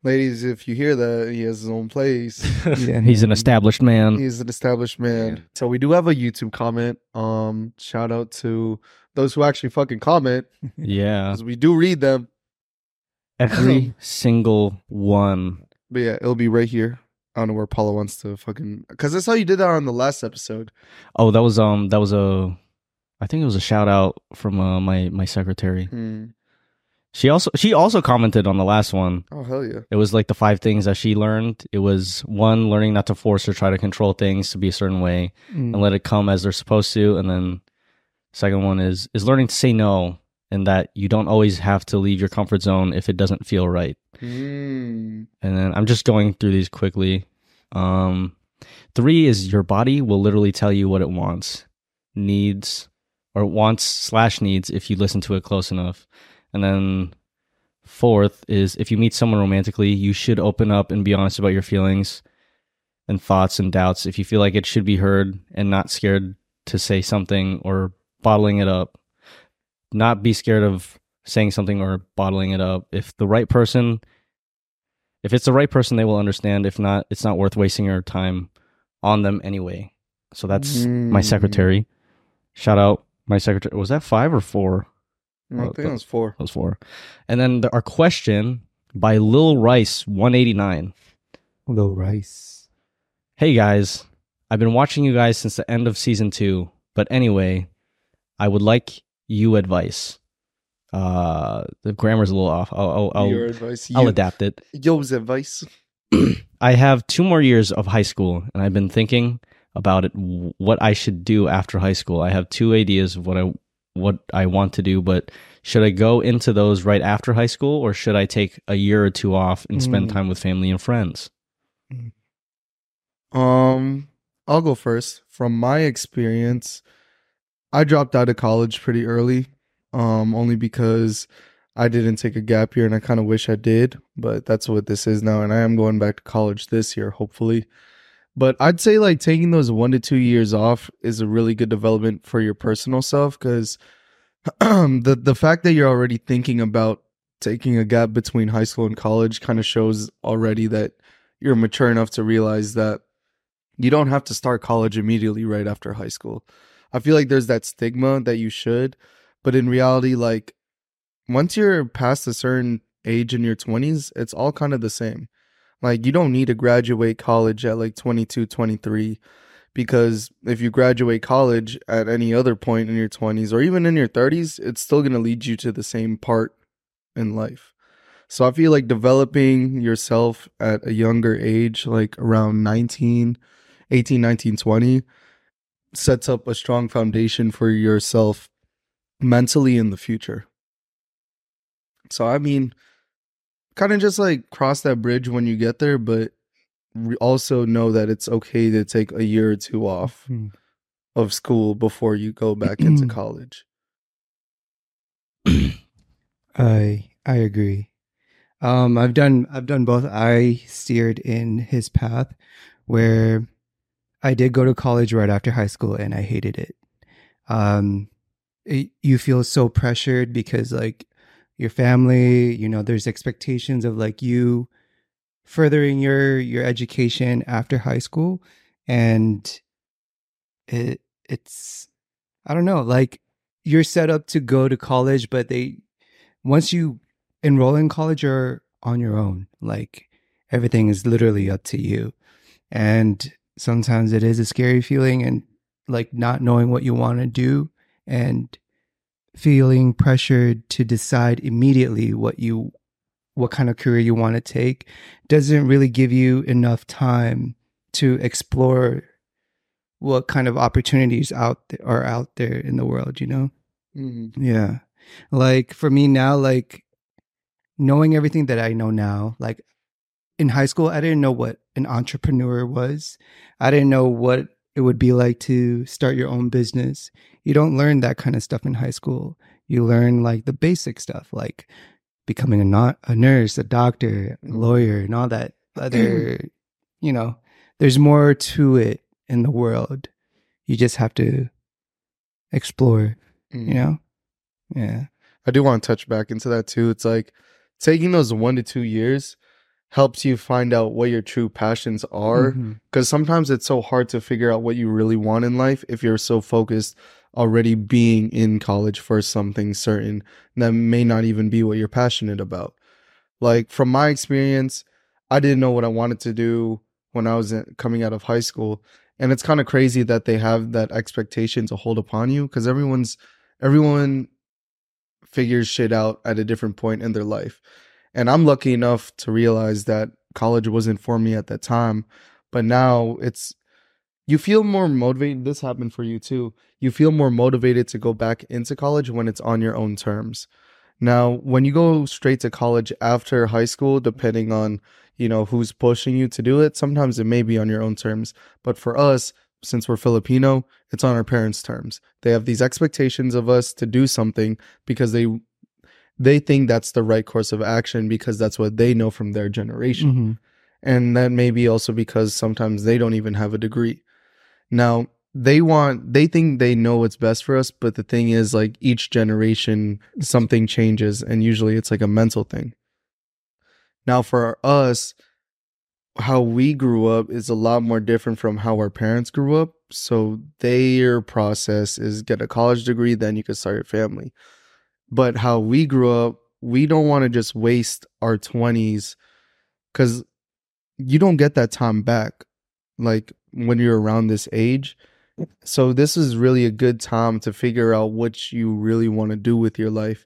S2: Ladies, if you hear that, he has his own place.
S4: Yeah,
S1: he's an
S4: man.
S1: established man,
S2: He's an established
S3: Yeah.
S2: man. So we do have a YouTube comment. Um, shout out to those who actually fucking comment
S1: yeah,
S2: 'cause we do read them.
S1: every single one.
S2: But yeah, it'll be right here. I don't know where Paula wants to fucking because I saw you did that on the last episode.
S1: Oh, that was um that was a I think it was a shout out from uh, my my secretary.
S2: Hmm.
S1: She also she also commented on the last one.
S2: Oh hell yeah!
S1: It was like the five things that she learned. It was one learning not to force or try to control things to be a certain way
S4: mm,
S1: and let it come as they're supposed to and then second one is is learning to say no and that you don't always have to leave your comfort zone if it doesn't feel right.
S2: Hmm.
S1: And then I'm just going through these quickly. Um, three is your body will literally tell you what it wants, needs, or wants slash needs if you listen to it close enough. And then fourth is if you meet someone romantically, you should open up and be honest about your feelings and thoughts and doubts if you feel like it should be heard and not scared to say something or bottling it up. Not be scared of saying something or bottling it up. If the right person if it's the right person they will understand if not it's not worth wasting your time on them anyway so that's my
S2: Mm.
S1: secretary shout out my secretary was that five or four
S2: I
S1: Well,
S2: think that was four.
S1: that was four and then the, our question by lil rice 189
S4: Little rice.
S1: hey guys i've been watching you guys since the end of season two but anyway i would like you advice uh the grammar's a little off i'll i'll,
S2: Your
S1: I'll,
S2: advice.
S1: I'll
S2: you-
S1: adapt it
S2: Yo's advice.
S1: I have two more years of high school, and I've been thinking about it w- what I should do after high school. I have two ideas of what I what I want to do, but should I go into those right after high school, or should I take a year or two off and spend
S4: Mm.
S1: time with family and friends?
S2: Um, I'll go first. From my experience, I dropped out of college pretty early, um, only because I didn't take a gap year, and I kind of wish I did, but that's what this is now, and I am going back to college this year, hopefully. But I'd say like taking those one to two years off is a really good development for your personal self because the the fact that you're already thinking about taking a gap between high school and college kind of shows already that you're mature enough to realize that you don't have to start college immediately right after high school. I feel like there's that stigma that you should, but in reality, like once you're past a certain age in your 20s, it's all kind of the same. Like you don't need to graduate college at like 22, 23 because if you graduate college at any other point in your 20s or even in your 30s, it's still going to lead you to the same part in life. So I feel like developing yourself at a younger age, like around 19, 18, 19, 20, sets up a strong foundation for yourself mentally in the future. So, I mean, kind of just like cross that bridge when you get there, but re- also know that it's okay to take a year or two off
S4: Mm.
S2: of school before you go back into college.
S4: I I agree. Um, I've done I've done both. I steered in his path, where I did go to college right after high school, and I hated it. Um, it, you feel so pressured because like your family, you know, there's expectations of like you furthering your your education after high school, and it it's I don't know like you're set up to go to college, but they once you enroll in college, you're on your own. Like everything is literally up to you. And sometimes it is a scary feeling and like not knowing what you want to do and feeling pressured to decide immediately what you what kind of career you want to take doesn't really give you enough time to explore what kind of opportunities out th- are out there in the world, you know? Yeah. Like for me now, like knowing everything that I know now, like in high school, I didn't know what an entrepreneur was. I didn't know what it would be like to start your own business. You don't learn that kind of stuff in high school. You learn like the basic stuff, like becoming a, not, a nurse, a doctor, a
S2: Mhm.
S4: lawyer, and all that other, you know, there's more to it in the world. You just have to explore,
S2: Mm.
S4: you know? Yeah.
S2: I do want to touch back into that too. It's like taking those one to two years helps you find out what your true passions are
S4: Mhm.
S2: because sometimes it's so hard to figure out what you really want in life if you're so focused already being in college for something certain that may not even be what you're passionate about. Like from my experience, I didn't know what I wanted to do when I was in, coming out of high school. And it's kind of crazy that they have that expectation to hold upon you because everyone's everyone figures shit out at a different point in their life. And I'm lucky enough to realize that college wasn't for me at that time, but now it's you feel more motivated. This happened for you too. You feel more motivated to go back into college when it's on your own terms. Now, when you go straight to college after high school, depending on you know who's pushing you to do it, sometimes it may be on your own terms. But for us, since we're Filipino, it's on our parents' terms. They have these expectations of us to do something because they they think that's the right course of action because that's what they know from their generation
S4: Mhm.
S2: and that may be also because sometimes they don't even have a degree now they want they think they know what's best for us but the thing is like each generation something changes and usually it's like a mental thing now for us how we grew up is a lot more different from how our parents grew up so their process is get a college degree then you can start your family but how we grew up we don't want to just waste our 20s because you don't get that time back like when you're around this age so this is really a good time to figure out what you really want to do with your life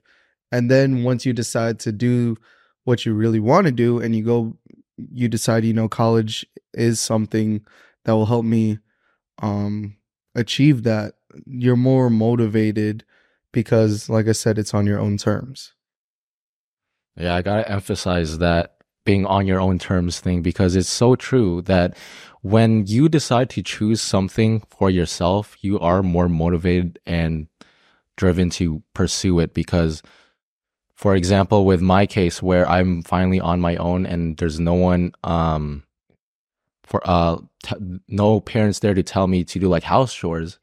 S2: and then once you decide to do what you really want to do and you go you decide you know college is something that will help me um achieve that you're more motivated because like i said it's on your own terms
S3: Yeah, I gotta emphasize that being on your own terms thing because it's so true that when you decide to choose something for yourself, you are more motivated and driven to pursue it because for example with my case where I'm finally on my own and there's no one um for uh t- no parents there to tell me to do like house chores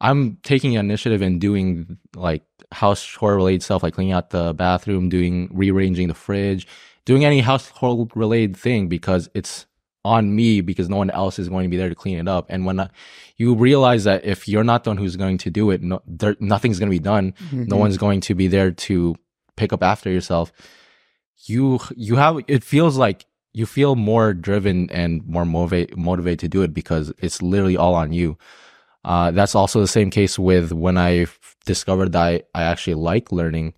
S3: I'm taking initiative and doing like house chore related stuff, like cleaning out the bathroom, doing rearranging the fridge, doing any household related thing because it's on me because no one else is going to be there to clean it up. And when I, you realize that if you're not the one who's going to do it, no, there, nothing's going to be done.
S2: Mm-hmm.
S3: No one's going to be there to pick up after yourself. You you have it feels like you feel more driven and more motivate, motivated to do it because it's literally all on you. Uh, that's also the same case with when I f- discovered that I, I actually like learning.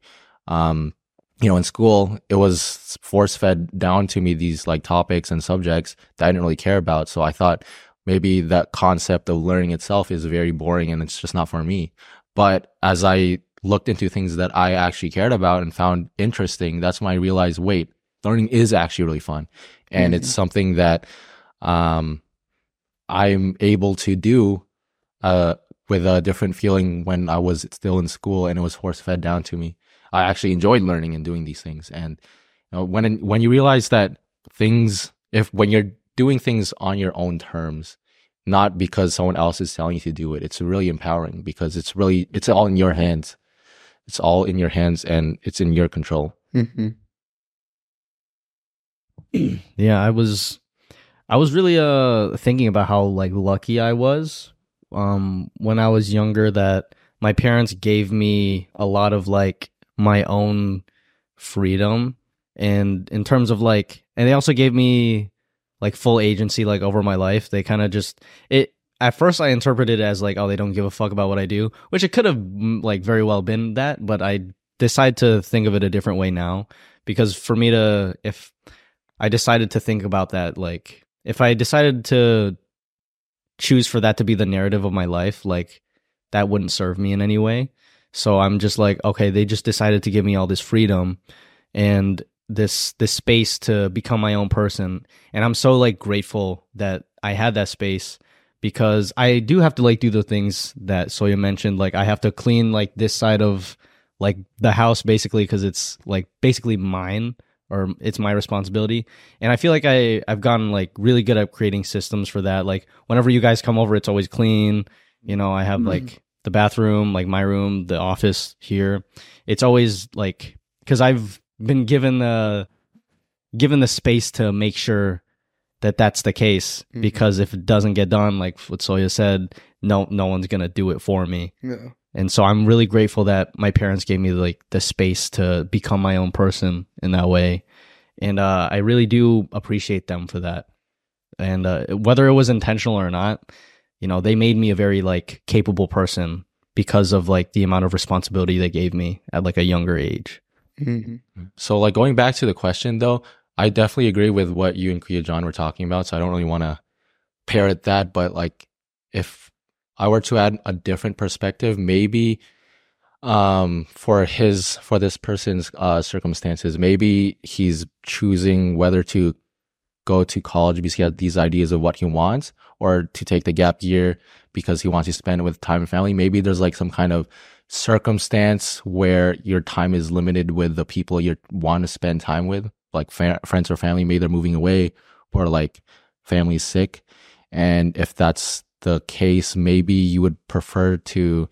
S3: Um, you know, in school, it was force fed down to me these like topics and subjects that I didn't really care about. So I thought maybe that concept of learning itself is very boring and it's just not for me. But as I looked into things that I actually cared about and found interesting, that's when I realized wait, learning is actually really fun. And it's something that um, I'm able to do uh, with a different feeling when I was still in school and it was horse fed down to me. I actually enjoyed learning and doing these things. And you know, when when you realize that things, if when you're doing things on your own terms, not because someone else is telling you to do it, it's really empowering because it's really it's all in your hands. It's all in your hands and it's in your control.
S2: mm-hmm.
S1: yeah i was i was really uh thinking about how like lucky i was um when i was younger that my parents gave me a lot of like my own freedom and in terms of like and they also gave me like full agency like over my life they kind of just it at first i interpreted it as like oh they don't give a fuck about what i do which it could have mm, like very well been that but i decide to think of it a different way now because for me to if I decided to think about that. Like, if I decided to choose for that to be the narrative of my life, like, that wouldn't serve me in any way. So I'm just like, okay, they just decided to give me all this freedom and this this space to become my own person. And I'm so like grateful that I had that space because I do have to like do the things that Soya mentioned. Like I have to clean like this side of like the house basically because it's like basically mine or it's my responsibility and i feel like i i've gotten like really good at creating systems for that like whenever you guys come over it's always clean you know i have like the bathroom like my room the office here it's always like because i've been given the given the space to make sure that that's the case
S2: Mhm.
S1: because if it doesn't get done like what soya said no no one's gonna do it for me
S2: Mm-hmm. yeah
S1: and so I'm really grateful that my parents gave me like the space to become my own person in that way. And uh, I really do appreciate them for that. and uh, whether it was intentional or not, you know, they made me a very like capable person because of like the amount of responsibility they gave me at like a younger age.
S2: Mhm.
S3: So, like going back to the question though, I definitely agree with what you and Kia John were talking about. So I don't really want to parrot that, but like if I were to add a different perspective, maybe um for his for this person's uh circumstances, maybe he's choosing whether to go to college because he has these ideas of what he wants or to take the gap year because he wants to spend it with time and family. Maybe there's like some kind of circumstance where your time is limited with the people you want to spend time with, like fa- friends or family, maybe they're moving away or like family's sick. And if that's the case, maybe you would prefer to,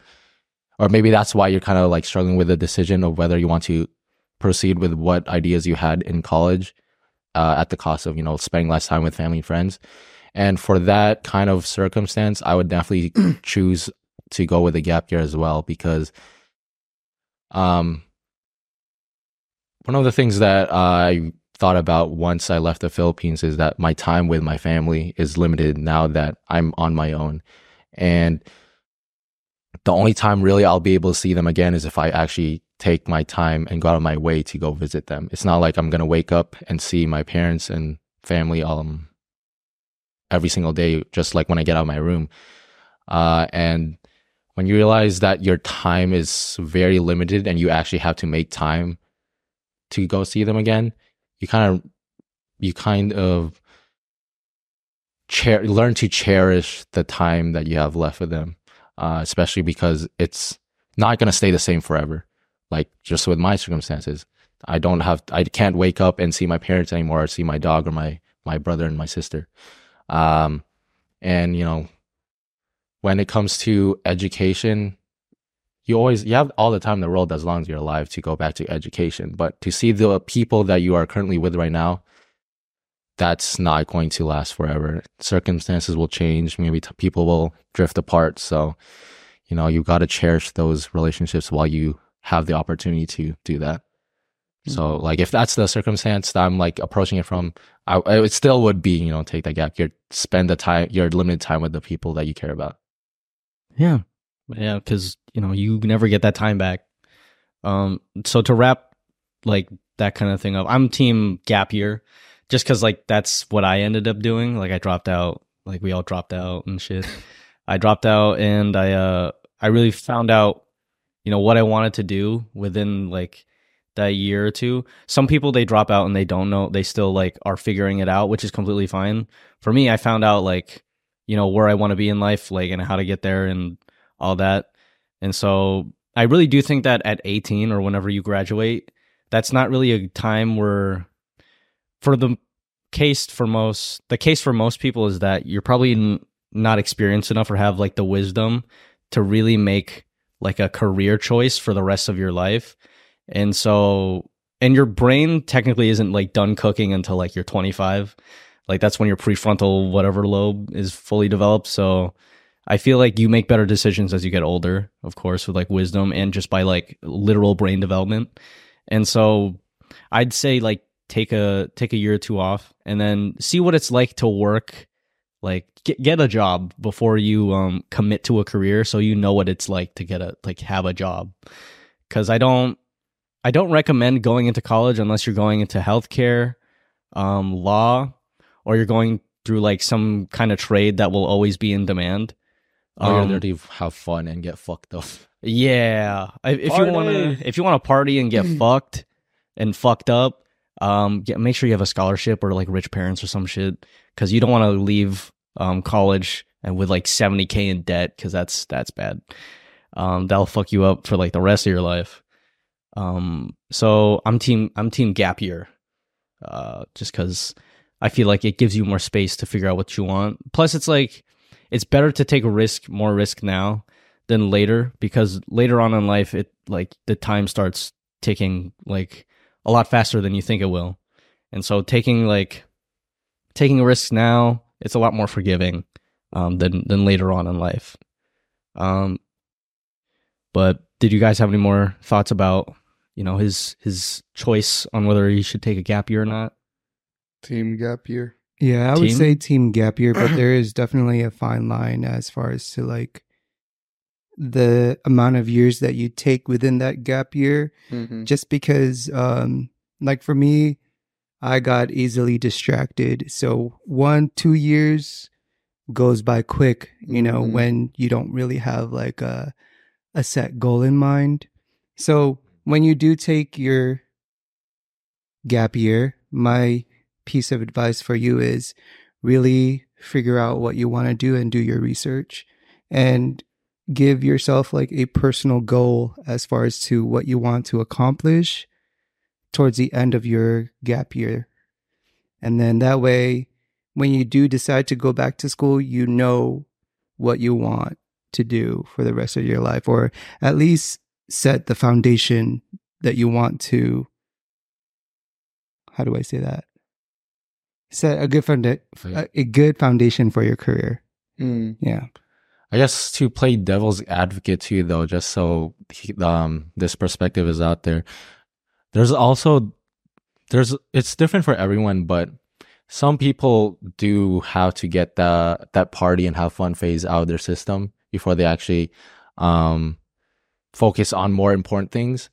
S3: or maybe that's why you're kind of like struggling with the decision of whether you want to proceed with what ideas you had in college uh, at the cost of, you know, spending less time with family and friends. And for that kind of circumstance, I would definitely choose to go with a gap year as well because um one of the things that I thought about once I left the Philippines is that my time with my family is limited now that I'm on my own and the only time really I'll be able to see them again is if I actually take my time and go out of my way to go visit them. It's not like I'm going to wake up and see my parents and family um every single day just like when I get out of my room. Uh and when you realize that your time is very limited and you actually have to make time to go see them again, you kind of you kind of cher- learn to cherish the time that you have left with them, uh, especially because it's not going to stay the same forever. Like just with my circumstances, I don't have I can't wake up and see my parents anymore, or see my dog or my my brother and my sister. Um, and you know, when it comes to education, you always you have all the time in the world as long as you're alive to go back to education. But to see the people that you are currently with right now, that's not going to last forever. Circumstances will change. Maybe t- people will drift apart. So, you know, you got to cherish those relationships while you have the opportunity to do that. So, like, if that's the circumstance that I'm like approaching it from, I, I it still would be, you know, take that gap. year, spend the time, your limited time with the people that you care about.
S1: Yeah. Yeah, cuz you know, you never get that time back. Um so to wrap like that kind of thing up, I'm team gap year just cuz like that's what I ended up doing. Like I dropped out, like we all dropped out and shit. I dropped out and I uh I really found out you know what I wanted to do within like that year or two. Some people they drop out and they don't know, they still like are figuring it out, which is completely fine. For me, I found out like you know where I want to be in life, like and how to get there and all that. And so I really do think that at 18 or whenever you graduate, that's not really a time where for the case for most the case for most people is that you're probably n- not experienced enough or have like the wisdom to really make like a career choice for the rest of your life. And so and your brain technically isn't like done cooking until like you're 25 like that's when your prefrontal whatever lobe is fully developed so i feel like you make better decisions as you get older of course with like wisdom and just by like literal brain development and so i'd say like take a take a year or two off and then see what it's like to work like get, get a job before you um commit to a career so you know what it's like to get a like have a job cuz i don't i don't recommend going into college unless you're going into healthcare um law or you're going through like some kind of trade that will always be in demand.
S3: Oh,
S1: Um,
S3: you're there to have fun and get fucked up.
S1: yeah, I- if you want to, if you want to party and get fucked and fucked up, um, get, make sure you have a scholarship or like rich parents or some shit, because you don't want to leave um college and with like seventy k in debt, because that's that's bad. Um, that'll fuck you up for like the rest of your life. Um, so I'm team I'm team gap year, uh, just because I feel like it gives you more space to figure out what you want. Plus, it's like it's better to take risk, more risk now than later because later on in life it like the time starts ticking like a lot faster than you think it will and so taking like taking risks now it's a lot more forgiving um than than later on in life um but did you guys have any more thoughts about you know his his choice on whether he should take a gap year or not
S2: Team gap year.
S4: Yeah, I would
S1: Team?
S4: say team gap year, but there is definitely a fine line as far as to like the amount of years that you take within that gap year.
S2: Mm-hmm.
S4: Just because, um, like for me, I got easily distracted. So one, two years goes by quick, you know,
S2: Mhm.
S4: when you don't really have like a a set goal in mind. So when you do take your gap year, my piece of advice for you is really figure out what you want to do and do your research and give yourself like a personal goal as far as to what you want to accomplish towards the end of your gap year. And then that way, when you do decide to go back to school, you know what you want to do for the rest of your life, or at least set the foundation that you want to. How do I say that? Set a good founda- a, a good foundation for your career.
S2: Mm.
S4: Yeah.
S3: I guess to play devil's advocate too, though, just so he, um this perspective is out there. There's also there's it's different for everyone, but some people do have to get that that party and have fun phase out of their system before they actually um focus on more important things.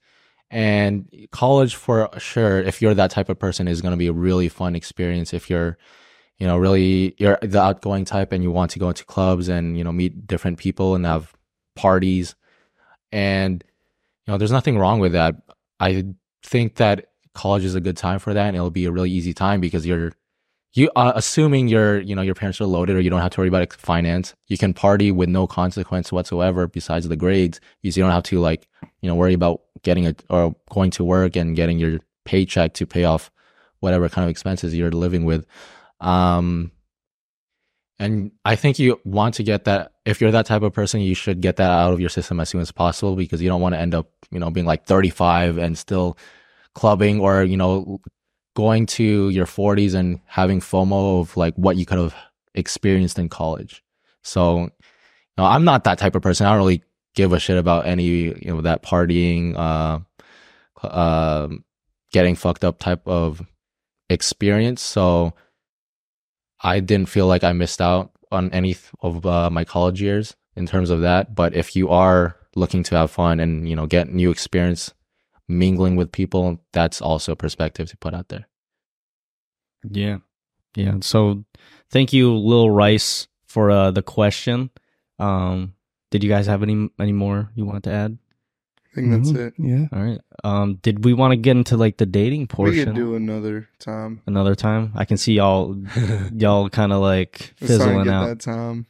S3: And college for sure, if you're that type of person, is going to be a really fun experience if you're you know really you're the outgoing type and you want to go into clubs and you know meet different people and have parties and you know there's nothing wrong with that i think that college is a good time for that and it'll be a really easy time because you're you uh, assuming your you know your parents are loaded or you don't have to worry about finance you can party with no consequence whatsoever besides the grades because you don't have to like you know worry about getting a or going to work and getting your paycheck to pay off whatever kind of expenses you're living with um, and I think you want to get that. If you're that type of person, you should get that out of your system as soon as possible because you don't want to end up, you know, being like 35 and still clubbing or, you know, going to your 40s and having FOMO of like what you could have experienced in college. So, no, I'm not that type of person. I don't really give a shit about any, you know, that partying, uh, uh, getting fucked up type of experience. So, I didn't feel like I missed out on any th- of uh, my college years in terms of that. But if you are looking to have fun and you know get new experience mingling with people, that's also a perspective to put out there.
S1: Yeah. Yeah. So thank you, Lil Rice, for uh, the question. Um, did you guys have any any more you want to add?
S2: I think
S1: Mm-hmm.
S2: that's
S4: Mhm.
S2: it.
S4: Yeah.
S1: All right. Um, did we want to get into like the dating portion
S2: We could do another time.
S1: another time? I can see y'all y'all kind of like
S2: It's
S1: fizzling
S2: starting to get
S1: out.
S2: That time.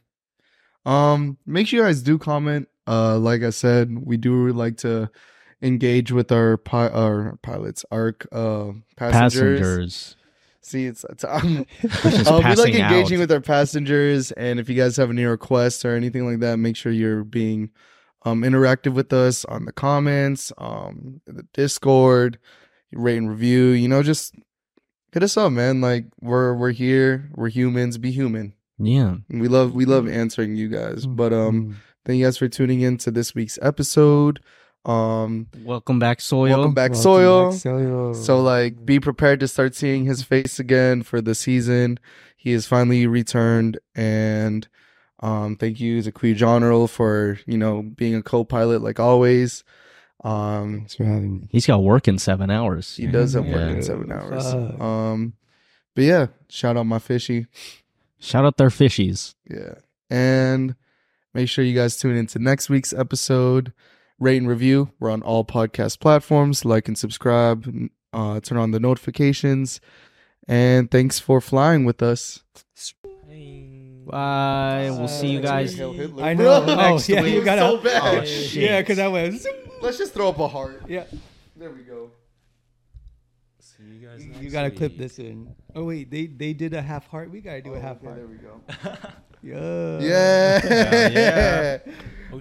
S2: Um, make sure you guys do comment. Uh, like I said, we do like to engage with our pi- our pilots, our uh passengers.
S1: Passengers.
S2: See, it's, it's um,
S1: just
S2: uh, we like
S1: passing
S2: engaging
S1: out.
S2: with our passengers, and if you guys have any requests or anything like that, make sure you're being um interactive with us on the comments, um, the Discord, rate and review. You know, just hit us up, man. Like we're we're here. We're humans. Be human.
S1: Yeah.
S2: We love we love answering you guys. But um thank you guys for tuning in to this week's episode. Um
S1: Welcome back, Soyo.
S2: welcome back
S4: Welcome
S2: Soil.
S4: back, Soil.
S2: So like be prepared to start seeing his face again for the season. He has finally returned and um thank you to Queen General for, you know, being a co-pilot like always. Um
S4: Thanks for having me.
S1: He's got work in seven hours.
S2: he does have work
S3: Yeah.
S2: in 7 hours.
S4: Fuck.
S2: Um but yeah, shout out my fishy.
S1: Shout out their fishies.
S2: Yeah. And make sure you guys tune into next week's episode. Rate and review. We're on all podcast platforms. Like and subscribe. Uh, turn on the notifications. And thanks for flying with us.
S1: Bye. We'll see you guys.
S4: I know.
S2: Bro,
S4: Next, yeah,
S2: it
S4: you
S2: was
S4: gotta.
S2: so bad.
S1: Oh, shit.
S4: yeah, because I went. zoom.
S2: Let's just throw up a heart.
S4: Yeah,
S2: There we go.
S3: See you guys.
S4: you gotta clip this in. Oh wait, they they did a half heart. We gotta do a half
S2: Oh, There
S4: heart.
S2: we go.
S4: Yeah.
S2: Yeah.
S1: Yeah,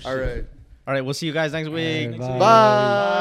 S2: All right.
S1: All right. We'll see you guys next week.
S4: Bye.
S2: Bye.